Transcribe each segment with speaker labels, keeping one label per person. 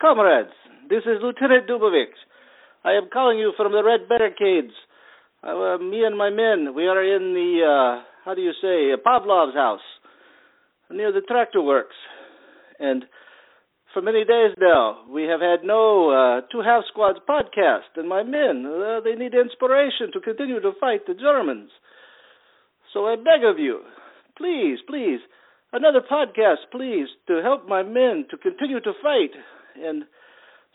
Speaker 1: Comrades, this is Lieutenant Dubovik. I am calling you from the Red Barricades. Uh, me and my men, we are in the, uh, how do you say, Pavlov's house, near the tractor works. And for many days now, we have had no uh, Two Half Squads podcast, and my men, uh, they need inspiration to continue to fight the Germans. So I beg of you, please, please, another podcast, please, to help my men to continue to fight and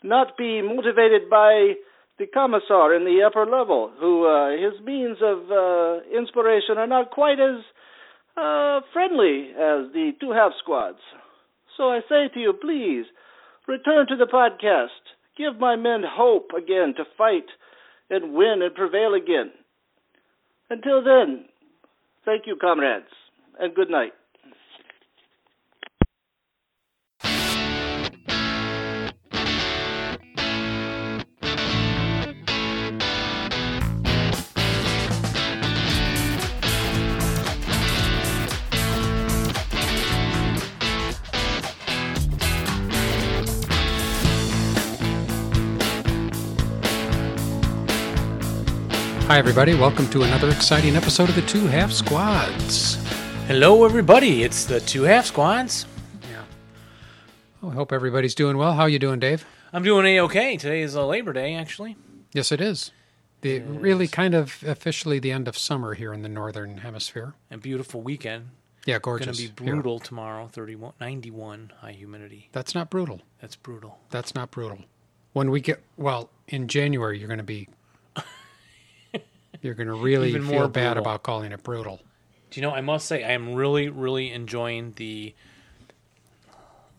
Speaker 1: not be motivated by the commissar in the upper level, who uh, his means of uh, inspiration are not quite as uh, friendly as the two half squads. So I say to you, please return to the podcast. Give my men hope again to fight and win and prevail again. Until then, thank you, comrades, and good night.
Speaker 2: Hi, everybody. Welcome to another exciting episode of the Two Half Squads.
Speaker 3: Hello, everybody. It's the two half squads.
Speaker 2: Yeah. Well, Oh, I hope everybody's doing well. How are you doing, Dave?
Speaker 3: I'm doing a okay. Today is a Labor Day, actually.
Speaker 2: Yes, it is. The really kind of officially the end of summer here in the northern hemisphere.
Speaker 3: A beautiful weekend.
Speaker 2: Yeah,
Speaker 3: Going
Speaker 2: gorgeous.
Speaker 3: to be
Speaker 2: here.
Speaker 3: brutal tomorrow. 31, 91 high humidity.
Speaker 2: That's not brutal.
Speaker 3: That's brutal.
Speaker 2: That's not brutal. When we get well in January, you're going to be you're going to really
Speaker 3: Even
Speaker 2: feel
Speaker 3: more
Speaker 2: bad
Speaker 3: brutal.
Speaker 2: about calling it brutal.
Speaker 3: Do you know? I must say, I am really, really enjoying the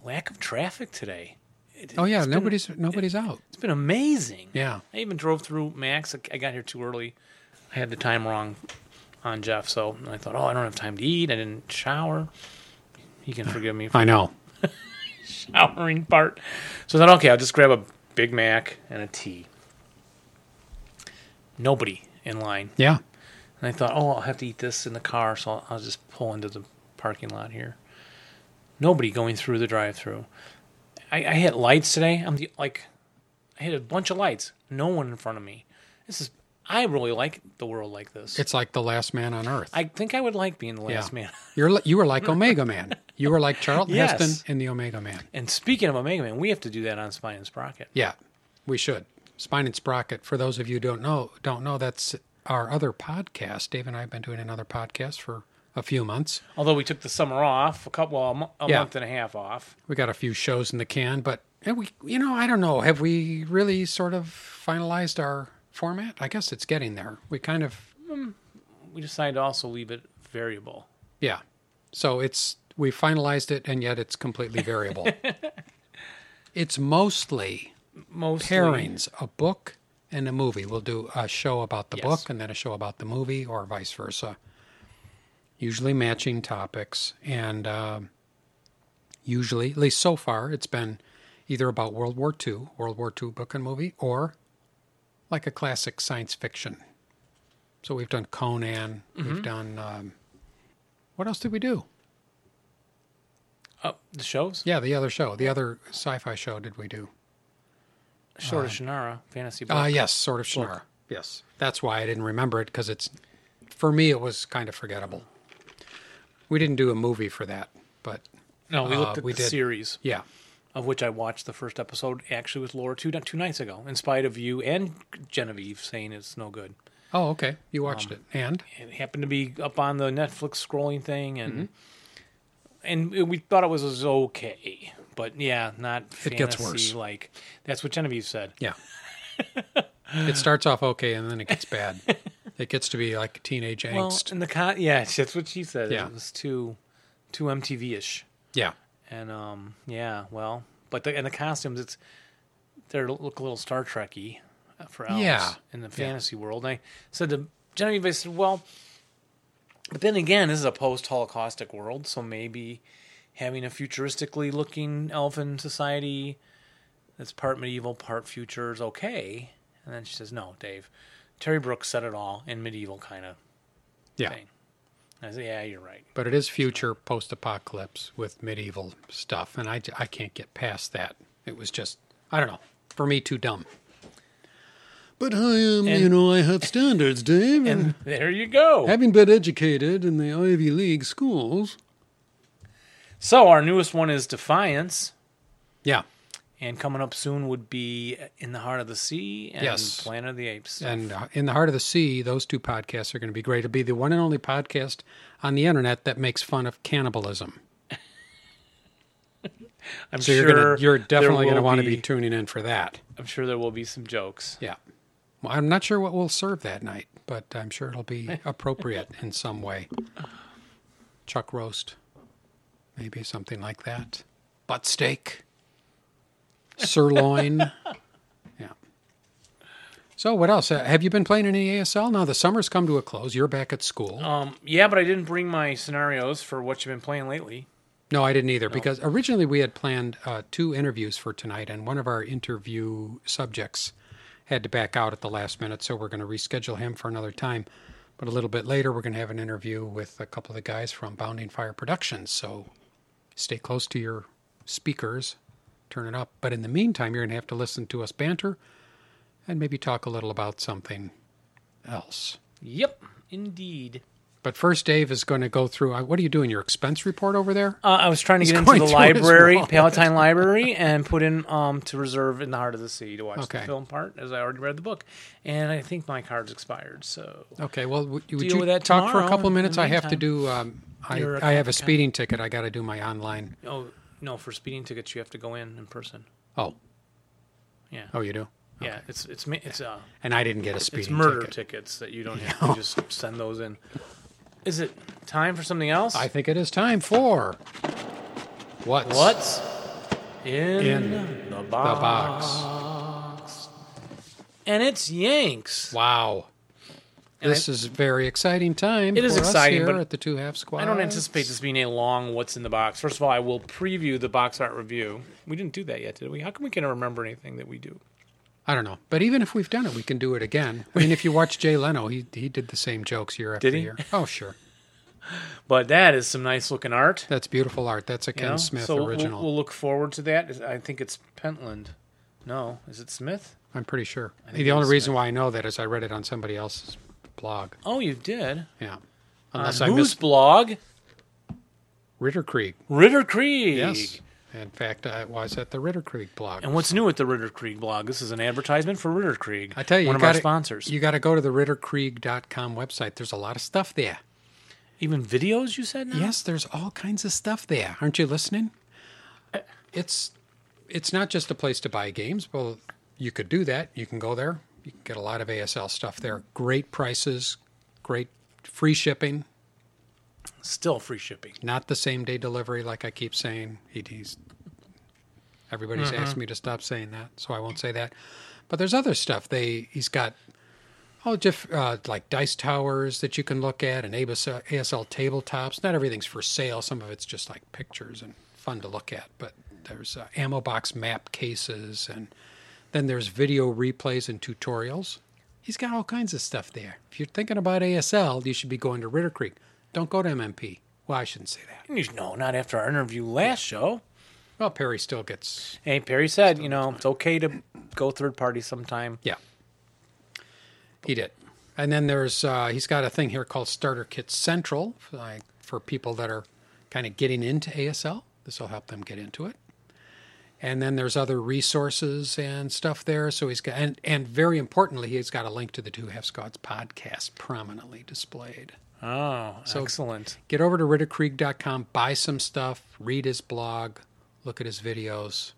Speaker 3: lack of traffic today. It-
Speaker 2: Oh yeah,
Speaker 3: it's been-
Speaker 2: nobody's nobody's out.
Speaker 3: it's been amazing.
Speaker 2: Yeah.
Speaker 3: I even drove through Max. I got here too early. I had the time wrong on Jeff, so I thought, oh, I don't have time to eat. I didn't shower. He can forgive me for
Speaker 2: I know.
Speaker 3: showering part. So I thought, okay, I'll just grab a Big Mac and a tea. Nobody in line.
Speaker 2: Yeah.
Speaker 3: And I thought, oh, I'll have to eat this in the car, so I'll, I'll just pull into the parking lot here. Nobody going through the drive-through. I, I hit lights today. I'm the, like, I hit a bunch of lights. No one in front of me. This is. I really like the world like this.
Speaker 2: It's like the last man on earth.
Speaker 3: I think I would like being the last man.
Speaker 2: You're li- you were like Omega Man. You were like Charlton
Speaker 3: Yes.
Speaker 2: Heston in the Omega Man.
Speaker 3: And speaking of Omega Man, we have to do that on Spine and Sprocket.
Speaker 2: Yeah, we should. Spine and Sprocket. For those of you who don't know, don't know that's our other podcast. Dave and I have been doing another podcast for a few months.
Speaker 3: Although we took the summer off, a couple, well, a, mo- a
Speaker 2: Yeah.
Speaker 3: month and a half off.
Speaker 2: We got a few shows in the can, but and we, you know, I don't know. Have we really sort of finalized our format? I guess it's getting there. We kind of,
Speaker 3: We decided to also leave it variable.
Speaker 2: yeah. So it's we finalized it, and yet it's completely variable. it's mostly
Speaker 3: Most
Speaker 2: pairings a book and a movie we'll do a show about the
Speaker 3: Yes.
Speaker 2: book and then a show about the movie or vice versa usually matching topics and um usually at least so far it's been either about world war ii world war ii book and movie or like a classic science fiction so we've done conan we've done um, what else did we do
Speaker 3: Uh, the shows?
Speaker 2: yeah the other show the other sci-fi show did we do
Speaker 3: Short
Speaker 2: Uh,
Speaker 3: of Shannara, Fantasy Book.
Speaker 2: Ah, yes, sort of Shannara. Yes, that's why I didn't remember it because it's for me it was kind of forgettable. We didn't do a movie for that, but
Speaker 3: no, we
Speaker 2: uh,
Speaker 3: looked at
Speaker 2: we
Speaker 3: the
Speaker 2: did.
Speaker 3: series,
Speaker 2: yeah,
Speaker 3: of which I watched the first episode actually with Laura two, two nights ago, in spite of you and Genevieve saying it's no good.
Speaker 2: oh okay, you watched it, and
Speaker 3: It happened to be up on the Netflix scrolling thing,
Speaker 2: Mm-hmm.
Speaker 3: and and we thought it was, was okay. But yeah, not fantasy
Speaker 2: It gets worse.
Speaker 3: like that's what Genevieve said.
Speaker 2: yeah, it starts off okay and then it gets bad. it gets to be like teenage
Speaker 3: Well,
Speaker 2: angst.
Speaker 3: in the con, yeah, that's what she said.
Speaker 2: Yeah.
Speaker 3: It was too, too MTV ish,
Speaker 2: yeah,
Speaker 3: and um, yeah, well, but the and the costumes, it's they are look a little Star Trekky uh, for elves
Speaker 2: Yeah.
Speaker 3: in the fantasy world. And I said to Genevieve, I said, well, but then again, this is a post-Holocaustic world, so maybe having a futuristically looking elfin society that's part medieval, part future is okay. And then she says, no, Dave, Terry Brooks said it all in medieval kind of
Speaker 2: yeah,
Speaker 3: thing. And I said, yeah, you're right.
Speaker 2: but it is future post-apocalypse with medieval stuff, and I j- I can't get past that. It was just I don't know. For me, too dumb. But I am, you
Speaker 3: And-
Speaker 2: know, I have standards, Dave.
Speaker 3: And there you go.
Speaker 2: having been educated in the Ivy League schools.
Speaker 3: So our newest one is Defiance,
Speaker 2: Yeah.
Speaker 3: and coming up soon would be In the Heart of the Sea and
Speaker 2: Yes.
Speaker 3: Planet of the Apes.
Speaker 2: And uh, in the heart of the sea, those two podcasts are going to be great. It'll be the one and only podcast on the internet that makes fun of cannibalism.
Speaker 3: I'm
Speaker 2: So
Speaker 3: sure
Speaker 2: you're gonna you're
Speaker 3: there
Speaker 2: definitely gonna
Speaker 3: will
Speaker 2: want to be tuning in for that.
Speaker 3: I'm sure there will be some jokes.
Speaker 2: Yeah. Well, I'm not sure what we'll serve that night, but I'm sure it'll be appropriate in some way. Chuck roast, maybe something like that. Butt steak, sirloin. yeah. So, what else? Uh, Have you been playing any ASL? Now the summer's come to a close. You're back at school.
Speaker 3: Um, yeah, but I didn't bring my scenarios for what you've been playing lately.
Speaker 2: No, I didn't either because originally we had planned uh, two interviews for tonight, and one of our interview subjects had to back out at the last minute, so we're going to reschedule him for another time. But a little bit later, we're going to have an interview with a couple of the guys from Bounding Fire Productions. So stay close to your speakers, turn it up. But in the meantime, you're going to have to listen to us banter and maybe talk a little about something else.
Speaker 3: Yep, indeed.
Speaker 2: But first, Dave is going to go through. uh, What are you doing? Your expense report over there?
Speaker 3: Uh, I was trying to
Speaker 2: He's
Speaker 3: get into
Speaker 2: going
Speaker 3: the
Speaker 2: through his
Speaker 3: library,
Speaker 2: wallet.
Speaker 3: Palatine Library, and put in um, to reserve in the Heart of the Sea to watch
Speaker 2: Okay.
Speaker 3: the film part, as I already read the book, and I think my card's expired. So
Speaker 2: Okay, well, would, would
Speaker 3: Deal
Speaker 2: you
Speaker 3: with that
Speaker 2: talk for a
Speaker 3: tomorrow
Speaker 2: couple
Speaker 3: in the
Speaker 2: minutes? I have to
Speaker 3: meantime.
Speaker 2: do. Um, I,
Speaker 3: You're a
Speaker 2: I have a
Speaker 3: Comic-Con.
Speaker 2: speeding ticket. I got to do my online.
Speaker 3: oh no, for speeding tickets you have to go in in person.
Speaker 2: Oh,
Speaker 3: Yeah,
Speaker 2: oh, you do.
Speaker 3: yeah, it's it's ma- it's uh
Speaker 2: And I didn't get a
Speaker 3: it's
Speaker 2: speeding
Speaker 3: murder
Speaker 2: ticket.
Speaker 3: tickets that you don't have to just send those in. Is it time for something else?
Speaker 2: I think it is time for what's
Speaker 3: What's in,
Speaker 2: In
Speaker 3: the
Speaker 2: the
Speaker 3: box? Ah.
Speaker 2: box?
Speaker 3: And it's Yanks.
Speaker 2: Wow,
Speaker 3: And I-
Speaker 2: this is very exciting time.
Speaker 3: It is
Speaker 2: for us
Speaker 3: exciting,
Speaker 2: here
Speaker 3: but
Speaker 2: at the two half squad.
Speaker 3: I don't anticipate this being a long what's in the box. First of all, I will preview the box art review. We didn't do that yet, did we? How come we can't remember anything that we do?
Speaker 2: I don't know, but even if we've done it, we can do it again. I mean, if you watch Jay Leno, he he did the same jokes year after
Speaker 3: Did he?
Speaker 2: year. Oh, sure,
Speaker 3: But that is some nice looking art.
Speaker 2: that's beautiful art. That's a
Speaker 3: you
Speaker 2: Ken
Speaker 3: know?
Speaker 2: Smith
Speaker 3: so we'll-
Speaker 2: original.
Speaker 3: We'll, look forward to that. I think it's Pentland. No, is it Smith?
Speaker 2: I'm pretty sure.
Speaker 3: think
Speaker 2: The
Speaker 3: it
Speaker 2: only
Speaker 3: was
Speaker 2: reason why I know that is I read it on somebody else's blog.
Speaker 3: Oh, you did.
Speaker 2: Yeah.
Speaker 3: On
Speaker 2: Unless I
Speaker 3: whose
Speaker 2: missed
Speaker 3: blog?
Speaker 2: Ritter Creek.
Speaker 3: Ritter Creek.
Speaker 2: Yes. In fact, I was at the Ritter Creek blog.
Speaker 3: And what's new at the Ritter Krieg blog? This is an advertisement for Ritter Krieg.
Speaker 2: I tell you,
Speaker 3: one
Speaker 2: you
Speaker 3: of
Speaker 2: gotta,
Speaker 3: our sponsors.
Speaker 2: You got to go to the ritterkrieg.com website. There's a lot of stuff there.
Speaker 3: Even videos, you said now?
Speaker 2: Yes, there's all kinds of stuff there. Aren't you listening?
Speaker 3: Uh,
Speaker 2: It's it's not just a place to buy games. Well, you could do that. You can go there. You can get a lot of ASL stuff there. Great prices, great free shipping.
Speaker 3: Still free shipping.
Speaker 2: not the same day delivery like I keep saying. He- He's everybody's asked me to stop saying that, so I won't say that. But there's other stuff. They he's got oh diff, uh, like dice towers that you can look at and ABS, ASL tabletops. Not everything's for sale. Some of it's just like pictures and fun to look at. But there's uh, ammo box map cases and then there's video replays and tutorials. He's got all kinds of stuff there. If you're thinking about ASL, you should be going to Ritter Creek. Don't go to MMP. Well, I shouldn't say that.
Speaker 3: No, not after our interview last show.
Speaker 2: Well, Perry still gets
Speaker 3: Hey, Perry said, you know, it's okay to go third party sometime.
Speaker 2: yeah. He did, and then there's uh, he's got a thing here called Starter Kit Central like for people that are kind of getting into ASL. This will help them get into it. And then there's other resources and stuff there. So he's got and, and very importantly, he's got a link to the Two Half Scots podcast prominently displayed.
Speaker 3: Oh, excellent.
Speaker 2: get over to ritterkrieg.com, buy some stuff, read his blog, look at his videos.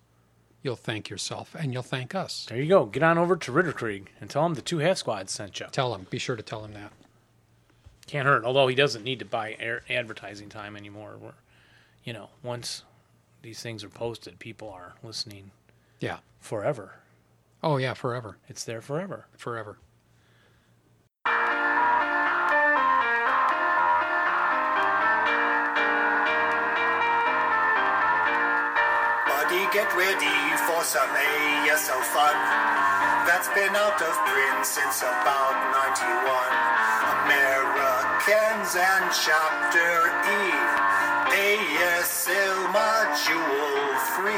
Speaker 2: You'll thank yourself and you'll thank us.
Speaker 3: There you go. Get on over to Ritter Krieg and tell him the two half squads sent you.
Speaker 2: Tell him, be sure to tell him that.
Speaker 3: Can't hurt. Although he doesn't need to buy air advertising time anymore. We're, you know, once these things are posted, people are listening
Speaker 2: Yeah.
Speaker 3: forever.
Speaker 2: Oh, yeah, forever.
Speaker 3: It's there forever.
Speaker 2: Forever.
Speaker 4: Buddy, get ready for some ASL fun. That's been out of print since about 91. Americans and Chapter E. ASL Module 3.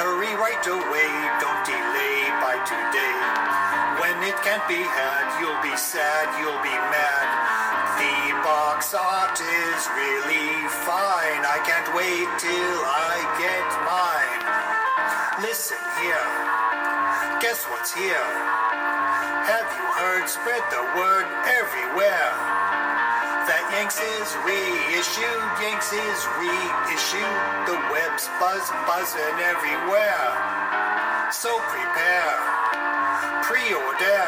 Speaker 4: Hurry right away, don't delay by today. When it can't be had, you'll be sad, you'll be mad. The box art is really fine. I can't wait till I get mine. Listen here. Guess what's here? Have you heard? Spread the word everywhere. That Yanks is reissued, Yanks is reissued. The web's buzz buzzing everywhere. So prepare, pre-order,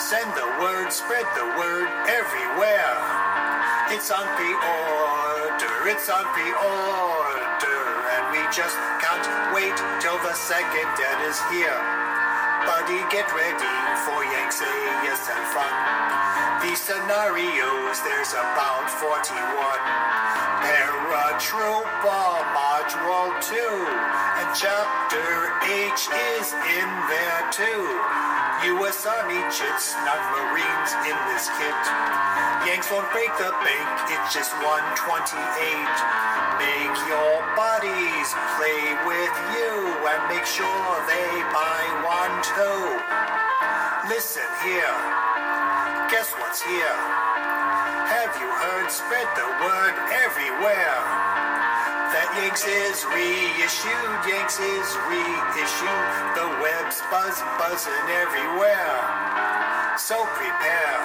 Speaker 4: send the word, spread the word everywhere. It's on pre-order, it's on pre-order, and we just can't wait till the second dead is here. Buddy, get ready for Yanks AS and fun. The scenarios, there's about 41. Paratrooper Module 2, and Chapter H is in there too. U.S. Army chits, not Marines in this kit. Yanks won't break the bank, it's just 128. Make your buddies play with you, and make sure they buy one too. Listen here. Guess what's here? Have you heard? Spread the word everywhere. That Yanks is reissued, Yanks is reissued. The web's buzz buzzing everywhere. So prepare,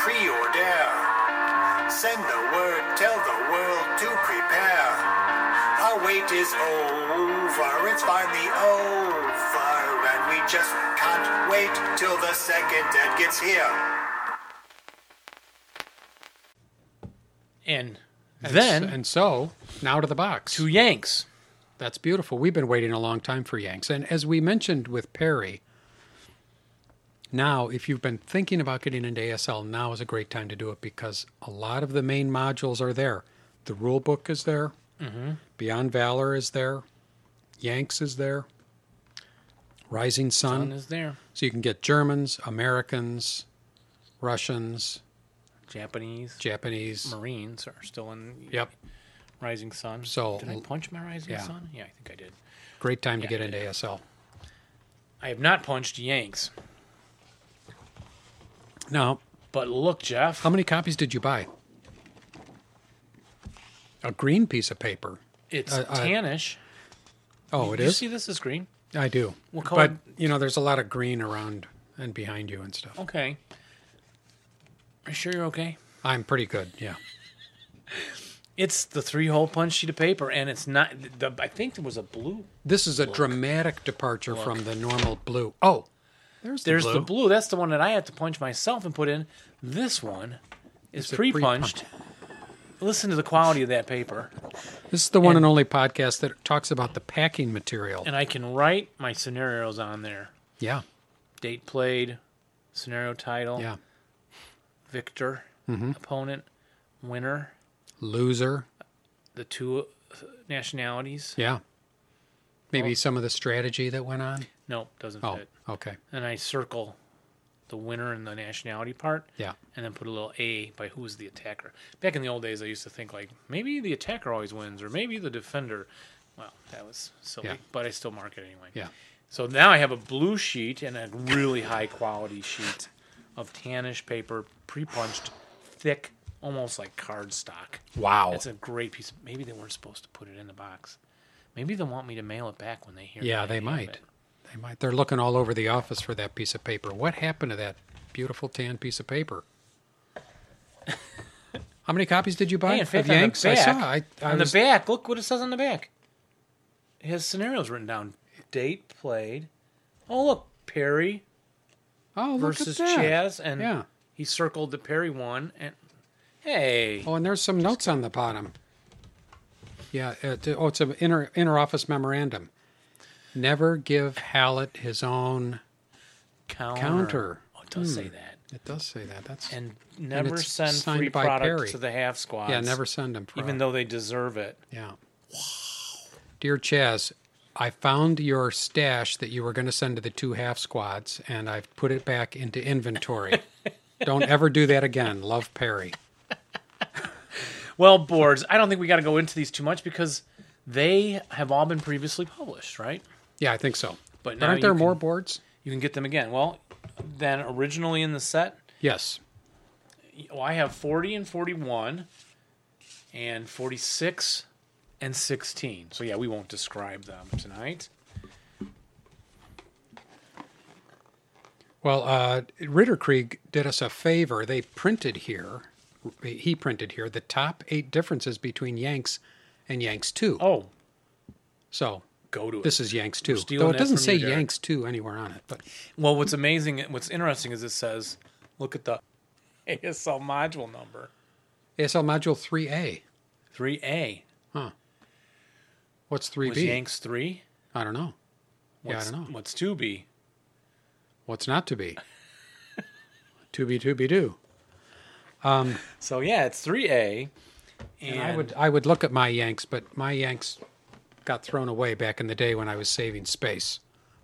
Speaker 4: pre-order, send the word, tell the world to prepare. Our wait is over, it's finally over, and we just can't wait till the second dead gets here.
Speaker 3: And
Speaker 2: And
Speaker 3: then
Speaker 2: s- and so now to the box.
Speaker 3: to Yanks.
Speaker 2: That's beautiful. We've been waiting a long time for Yanks. And as we mentioned with Perry, now, if you've been thinking about getting into ASL, now is a great time to do it because a lot of the main modules are there. The rule book is there, Mm-hmm. Beyond Valor is there, Yanks is there, Rising
Speaker 3: Sun
Speaker 2: Sun.
Speaker 3: is there.
Speaker 2: So you can get Germans, Americans, Russians,
Speaker 3: Japanese
Speaker 2: Japanese.
Speaker 3: Marines are still in
Speaker 2: Yep.
Speaker 3: Rising Sun.
Speaker 2: So-
Speaker 3: did I punch my Rising
Speaker 2: Yeah.
Speaker 3: Sun? Yeah, I think I did.
Speaker 2: Great time to get into ASL.
Speaker 3: I have not punched Yanks,
Speaker 2: Now,
Speaker 3: but look, Jeff.
Speaker 2: How many copies did you buy? A green piece of paper.
Speaker 3: It's
Speaker 2: Uh, uh,
Speaker 3: tannish.
Speaker 2: Oh, it
Speaker 3: you
Speaker 2: is.
Speaker 3: see this is green?
Speaker 2: I do.
Speaker 3: What color-
Speaker 2: But you know, there's a lot of green around and behind you and stuff.
Speaker 3: Okay. Are you sure you're okay?
Speaker 2: I'm pretty good. Yeah.
Speaker 3: It's the three hole punch sheet of paper, and it's not. The, I think there was a blue.
Speaker 2: This is a dramatic departure from the normal blue. Oh, there's the
Speaker 3: There's
Speaker 2: blue.
Speaker 3: the blue. That's the one that I had to punch myself and put in. This one is
Speaker 2: It's a
Speaker 3: pre punched. Listen to the quality of that paper.
Speaker 2: This is the one
Speaker 3: and-
Speaker 2: and only podcast that talks about the packing material.
Speaker 3: And I can write my scenarios on there
Speaker 2: Yeah.
Speaker 3: date played, scenario title,
Speaker 2: Yeah. Mm-hmm.
Speaker 3: victor, opponent, winner,
Speaker 2: Loser.
Speaker 3: the two uh, nationalities.
Speaker 2: Yeah. Maybe some of the strategy that went on.
Speaker 3: No, doesn't
Speaker 2: Oh,
Speaker 3: fit.
Speaker 2: okay.
Speaker 3: And I circle the winner and the nationality part.
Speaker 2: Yeah.
Speaker 3: and then put a little A by who's the attacker. Back in the old days, I used to think like maybe the attacker always wins, or maybe the defender. Well, that was silly,
Speaker 2: Yeah.
Speaker 3: but I still mark it anyway.
Speaker 2: Yeah.
Speaker 3: So now I have a blue sheet and a really high quality sheet of tannish paper, pre-punched, thick, almost like cardstock.
Speaker 2: Wow.
Speaker 3: It's a great piece. Of, maybe they weren't supposed to put it in the box. Maybe they want me to mail it back when they hear.
Speaker 2: Yeah,
Speaker 3: that I
Speaker 2: they
Speaker 3: have
Speaker 2: might.
Speaker 3: it.
Speaker 2: They might. They're looking all over the office for that piece of paper. What happened to that beautiful tan piece of paper? How many copies did you buy
Speaker 3: Hey, in
Speaker 2: of
Speaker 3: fact,
Speaker 2: Yanks?
Speaker 3: on the back,
Speaker 2: I saw. I, I
Speaker 3: on
Speaker 2: was,
Speaker 3: the back, look what it says on the back. It has scenarios written down. Date played. Oh, look, Perry
Speaker 2: oh, look
Speaker 3: versus
Speaker 2: at that.
Speaker 3: Chaz, and
Speaker 2: Yeah.
Speaker 3: he circled the Perry one. And hey,
Speaker 2: Oh, and there's some notes on the bottom. Yeah. It, oh, it's an inter inter office memorandum. Never give Hallett his own.
Speaker 3: counter.
Speaker 2: counter.
Speaker 3: Oh, it does say that.
Speaker 2: It does say that. That's
Speaker 3: And never
Speaker 2: it's
Speaker 3: send
Speaker 2: signed
Speaker 3: free
Speaker 2: by
Speaker 3: product
Speaker 2: Perry.
Speaker 3: to the half squad.
Speaker 2: yeah. Never send him.
Speaker 3: even though they deserve it.
Speaker 2: Yeah. Wow. Dear Chaz, I found your stash that you were going to send to the two half squads, and I've put it back into inventory. Don't ever do that again. Love Perry.
Speaker 3: Well, boards. I don't think we got to go into these too much because They have all been previously published, right?
Speaker 2: Yeah, I think so.
Speaker 3: But now
Speaker 2: Aren't
Speaker 3: you
Speaker 2: there
Speaker 3: can-
Speaker 2: more boards?
Speaker 3: You can get them again. Well, then originally in the set,
Speaker 2: Yes.
Speaker 3: well, I have 40 and 41 and 46 and 16. So yeah, we won't describe them tonight.
Speaker 2: Well, uh, Ritterkrieg did us a favor. They printed here, he printed here, the top eight differences between Yanks and Yanks 2.
Speaker 3: Oh,
Speaker 2: So
Speaker 3: go to it.
Speaker 2: this is Yanks 2.
Speaker 3: stealing
Speaker 2: Though it
Speaker 3: that
Speaker 2: doesn't
Speaker 3: from
Speaker 2: say
Speaker 3: you, Derek.
Speaker 2: Yanks 2 anywhere on it. But
Speaker 3: Well, what's amazing, what's interesting is it says, look at the ASL module number
Speaker 2: ASL Module 3A.
Speaker 3: 3A.
Speaker 2: What's
Speaker 3: Was
Speaker 2: 3B?
Speaker 3: Yanks 3?
Speaker 2: I don't know. Yeah, I
Speaker 3: What's,
Speaker 2: don't know.
Speaker 3: What's 2B?
Speaker 2: What's not to be? to be, to be, do.
Speaker 3: So yeah, it's 3A. And,
Speaker 2: I would I would look at my Yanks, but my Yanks got thrown away back in the day when I was saving space.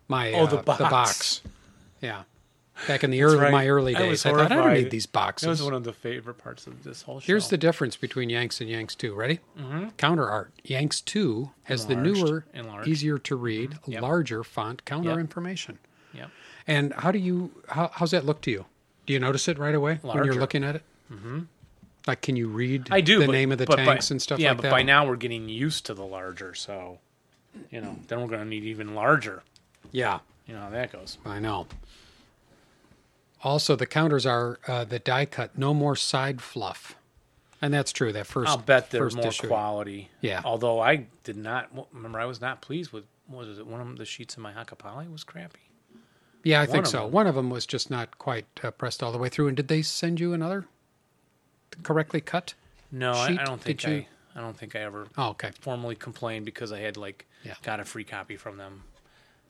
Speaker 2: My
Speaker 3: Oh,
Speaker 2: uh,
Speaker 3: the box.
Speaker 2: yeah. Back in the early
Speaker 3: right.
Speaker 2: my early
Speaker 3: I was
Speaker 2: days, I thought I don't
Speaker 3: horrified.
Speaker 2: need these
Speaker 3: That was
Speaker 2: boxes.
Speaker 3: one of the favorite parts of this whole show.
Speaker 2: Here's the difference between Yanks and Yanks Two. Ready? Mm-hmm. Counter art. Yanks Two has
Speaker 3: Enlarged,
Speaker 2: the newer,
Speaker 3: enlarged. Mm-hmm.
Speaker 2: easier to read,
Speaker 3: Yep.
Speaker 2: larger font counter
Speaker 3: Yep.
Speaker 2: information.
Speaker 3: Yep.
Speaker 2: And how do you how, how's that look to you? Do you notice it right away when
Speaker 3: Larger.
Speaker 2: you're looking at it? Mm-hmm. Like, can you read
Speaker 3: I do.
Speaker 2: the
Speaker 3: but-
Speaker 2: name of the
Speaker 3: but by-
Speaker 2: tanks and stuff
Speaker 3: yeah,
Speaker 2: like
Speaker 3: but
Speaker 2: that?
Speaker 3: by now we're getting used to the larger, so you know, then we're going to need even larger.
Speaker 2: yeah.
Speaker 3: You know how that goes.
Speaker 2: I know. Also, the counters are uh, the die cut, no more side fluff, and that's true. That first,
Speaker 3: I'll bet there's
Speaker 2: first
Speaker 3: more
Speaker 2: issue.
Speaker 3: quality.
Speaker 2: Yeah.
Speaker 3: Although I did not well, remember, I was not pleased with what was it? One of the sheets in my Hakapali was crappy.
Speaker 2: Yeah, I
Speaker 3: One
Speaker 2: think
Speaker 3: of
Speaker 2: so.
Speaker 3: them.
Speaker 2: One of them was just not quite uh, pressed all the way through. And did they send you another correctly cut?
Speaker 3: No, I,
Speaker 2: Sheet,
Speaker 3: I don't think
Speaker 2: did you-
Speaker 3: I. I don't think I ever
Speaker 2: Oh, okay.
Speaker 3: formally complained because I had like
Speaker 2: Yeah.
Speaker 3: got a free copy from them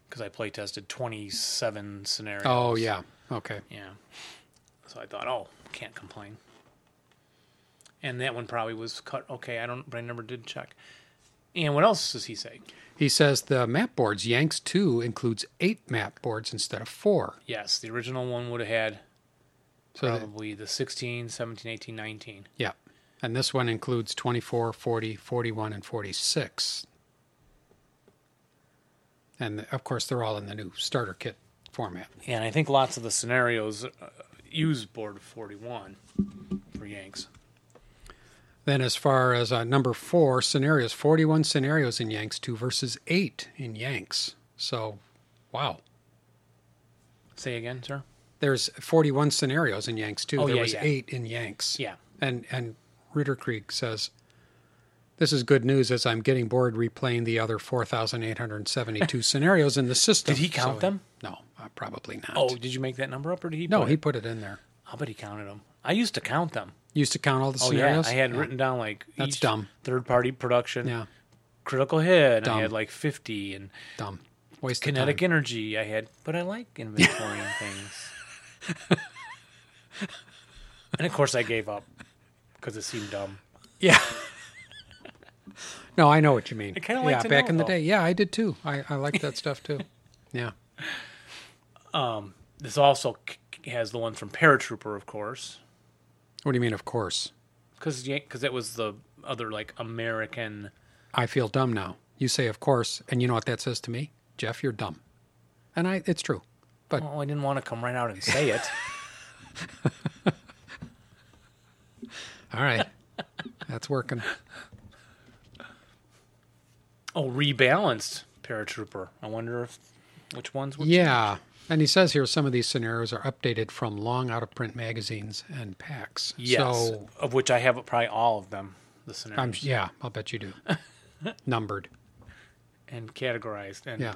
Speaker 3: because I play tested 27 scenarios.
Speaker 2: Oh, yeah. Okay.
Speaker 3: Yeah. So I thought, oh, can't complain. And that one probably was cut okay. I don't, but I never did check. And what else does he say?
Speaker 2: He says the map boards Yanks Two includes eight map boards instead of four.
Speaker 3: Yes, the original one would have had
Speaker 2: So that-
Speaker 3: probably the 16, 17, 18, 19.
Speaker 2: yeah, and this one includes 24, 40, 41, and 46. And of course, they're all in the new starter kit format.
Speaker 3: And I think lots of the scenarios uh, use board 41 for Yanks.
Speaker 2: Then, as far as uh, number four scenarios, 41 scenarios in Yanks 2 versus 8 in Yanks. So, wow.
Speaker 3: Say again, sir?
Speaker 2: There's 41 scenarios in Yanks 2.
Speaker 3: Oh,
Speaker 2: there
Speaker 3: yeah,
Speaker 2: was
Speaker 3: yeah.
Speaker 2: 8 in Yanks.
Speaker 3: Yeah.
Speaker 2: And and Ritter Creek says, "This is good news as I'm getting bored replaying the other 4,872 scenarios in the system."
Speaker 3: Did he count them?
Speaker 2: No, uh, probably not.
Speaker 3: Oh, did you make that number up or did he?
Speaker 2: no,
Speaker 3: put
Speaker 2: he
Speaker 3: it?
Speaker 2: put it in there.
Speaker 3: I'll bet he counted them. I used to count them.
Speaker 2: Used to count all the
Speaker 3: Oh, yeah.
Speaker 2: scenarios.
Speaker 3: I had written down like
Speaker 2: That's
Speaker 3: each
Speaker 2: dumb.
Speaker 3: third party production.
Speaker 2: Yeah,
Speaker 3: Critical Hit. and I
Speaker 2: Dumb.
Speaker 3: had like 50 and
Speaker 2: dumb. Waste of
Speaker 3: Kinetic
Speaker 2: time.
Speaker 3: Energy. I had, but I like inventorying things. and of course, I gave up because it seemed dumb.
Speaker 2: Yeah. no, I know what you mean.
Speaker 3: I kinda like
Speaker 2: yeah,
Speaker 3: to
Speaker 2: back
Speaker 3: know,
Speaker 2: in the
Speaker 3: though.
Speaker 2: day. Yeah, I did too. I I like that stuff too. Yeah.
Speaker 3: This also c- c- has the one from Paratrooper, of course,
Speaker 2: What do you mean? Of course.
Speaker 3: because that was the other like American.
Speaker 2: I feel dumb now. You say of course, and you know what that says to me, Jeff? You're dumb. And I, it's true.
Speaker 3: Well, "Oh, I didn't want to come right out and say it.
Speaker 2: All right. That's working.
Speaker 3: oh, rebalanced Paratrooper. I wonder if which ones. Were
Speaker 2: Yeah. And he says here some of these scenarios are updated from long out of print magazines and packs.
Speaker 3: Yes,
Speaker 2: So
Speaker 3: of which I have probably all of them. The scenarios
Speaker 2: I'm yeah, I'll bet you do. Numbered.
Speaker 3: and categorized and
Speaker 2: Yeah.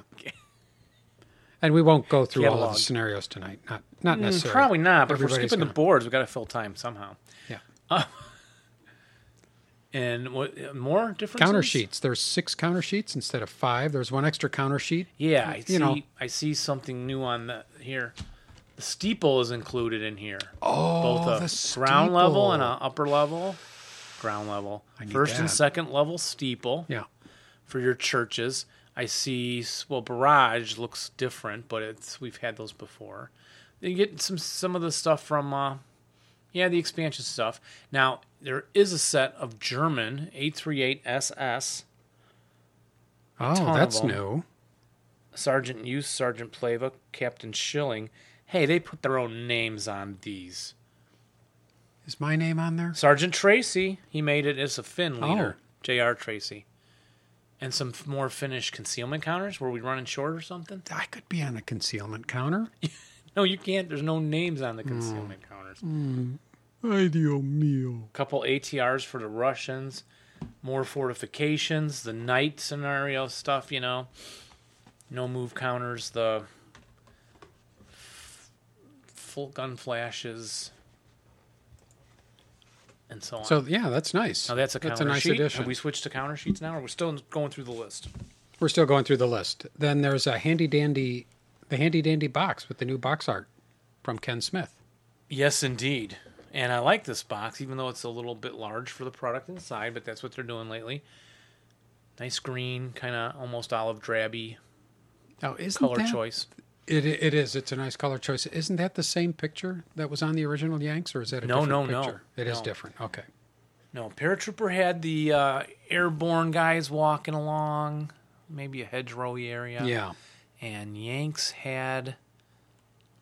Speaker 2: And we won't go through all of
Speaker 3: Catalog.
Speaker 2: the scenarios tonight. Not not
Speaker 3: Mm,
Speaker 2: necessarily.
Speaker 3: Probably not, but if we're
Speaker 2: Everybody's
Speaker 3: skipping the
Speaker 2: gonna-
Speaker 3: boards, we've got to fill time somehow.
Speaker 2: Yeah.
Speaker 3: And what more differences?
Speaker 2: Counter sheets. There's six counter sheets instead of five. There's one extra counter sheet.
Speaker 3: Yeah, I see.
Speaker 2: You know.
Speaker 3: I see something new on the, here. The steeple is included in here.
Speaker 2: Oh,
Speaker 3: both a
Speaker 2: the
Speaker 3: ground level and
Speaker 2: steeple.
Speaker 3: an upper level. Ground level,
Speaker 2: need
Speaker 3: first and
Speaker 2: that.
Speaker 3: second level steeple
Speaker 2: Yeah.
Speaker 3: for your churches. I see. Well, barrage looks different, but it's we've had those before. You get some some of the stuff from, uh, yeah, the expansion stuff. Now there is a set of German eight three eight SS ton
Speaker 2: Oh,
Speaker 3: of
Speaker 2: that's
Speaker 3: them.
Speaker 2: new.
Speaker 3: Sergeant Use, Sergeant Plava, Captain Schilling. Hey, they put their own names on these.
Speaker 2: Is my name on there?
Speaker 3: Sergeant Tracy, he made it as a Finn
Speaker 2: Oh.
Speaker 3: leader, J.R. Tracy. And some f- more Finnish concealment counters. Were we running short or something?
Speaker 2: I could be on the concealment counter.
Speaker 3: No, you can't. There's no names on the concealment counters.
Speaker 2: Ay, Dios mío.
Speaker 3: couple ATRs for the Russians, more fortifications, the night scenario stuff, you know. No move counters, the f- full gun flashes, and so on.
Speaker 2: So yeah, that's nice.
Speaker 3: now that's a counter
Speaker 2: that's a nice
Speaker 3: sheet.
Speaker 2: addition.
Speaker 3: Have we switched to counter sheets now, or we're still going through the list?
Speaker 2: We're still going through the list. Then there's a handy dandy, the handy dandy box with the new box art from Ken Smith.
Speaker 3: Yes, indeed. And I like this box, even though it's a little bit large for the product inside, but that's what they're doing lately. Nice green, kind of almost olive drabby
Speaker 2: Oh, isn't
Speaker 3: color
Speaker 2: that-
Speaker 3: choice.
Speaker 2: It, it is. It's a nice color choice. Isn't that the same picture that was on the original Yanks, or is that a
Speaker 3: No,
Speaker 2: different
Speaker 3: no, no.
Speaker 2: picture? It is
Speaker 3: No.
Speaker 2: different. Okay.
Speaker 3: No, paratrooper had the uh, airborne guys walking along, maybe a hedgerowy area.
Speaker 2: Yeah.
Speaker 3: And Yanks had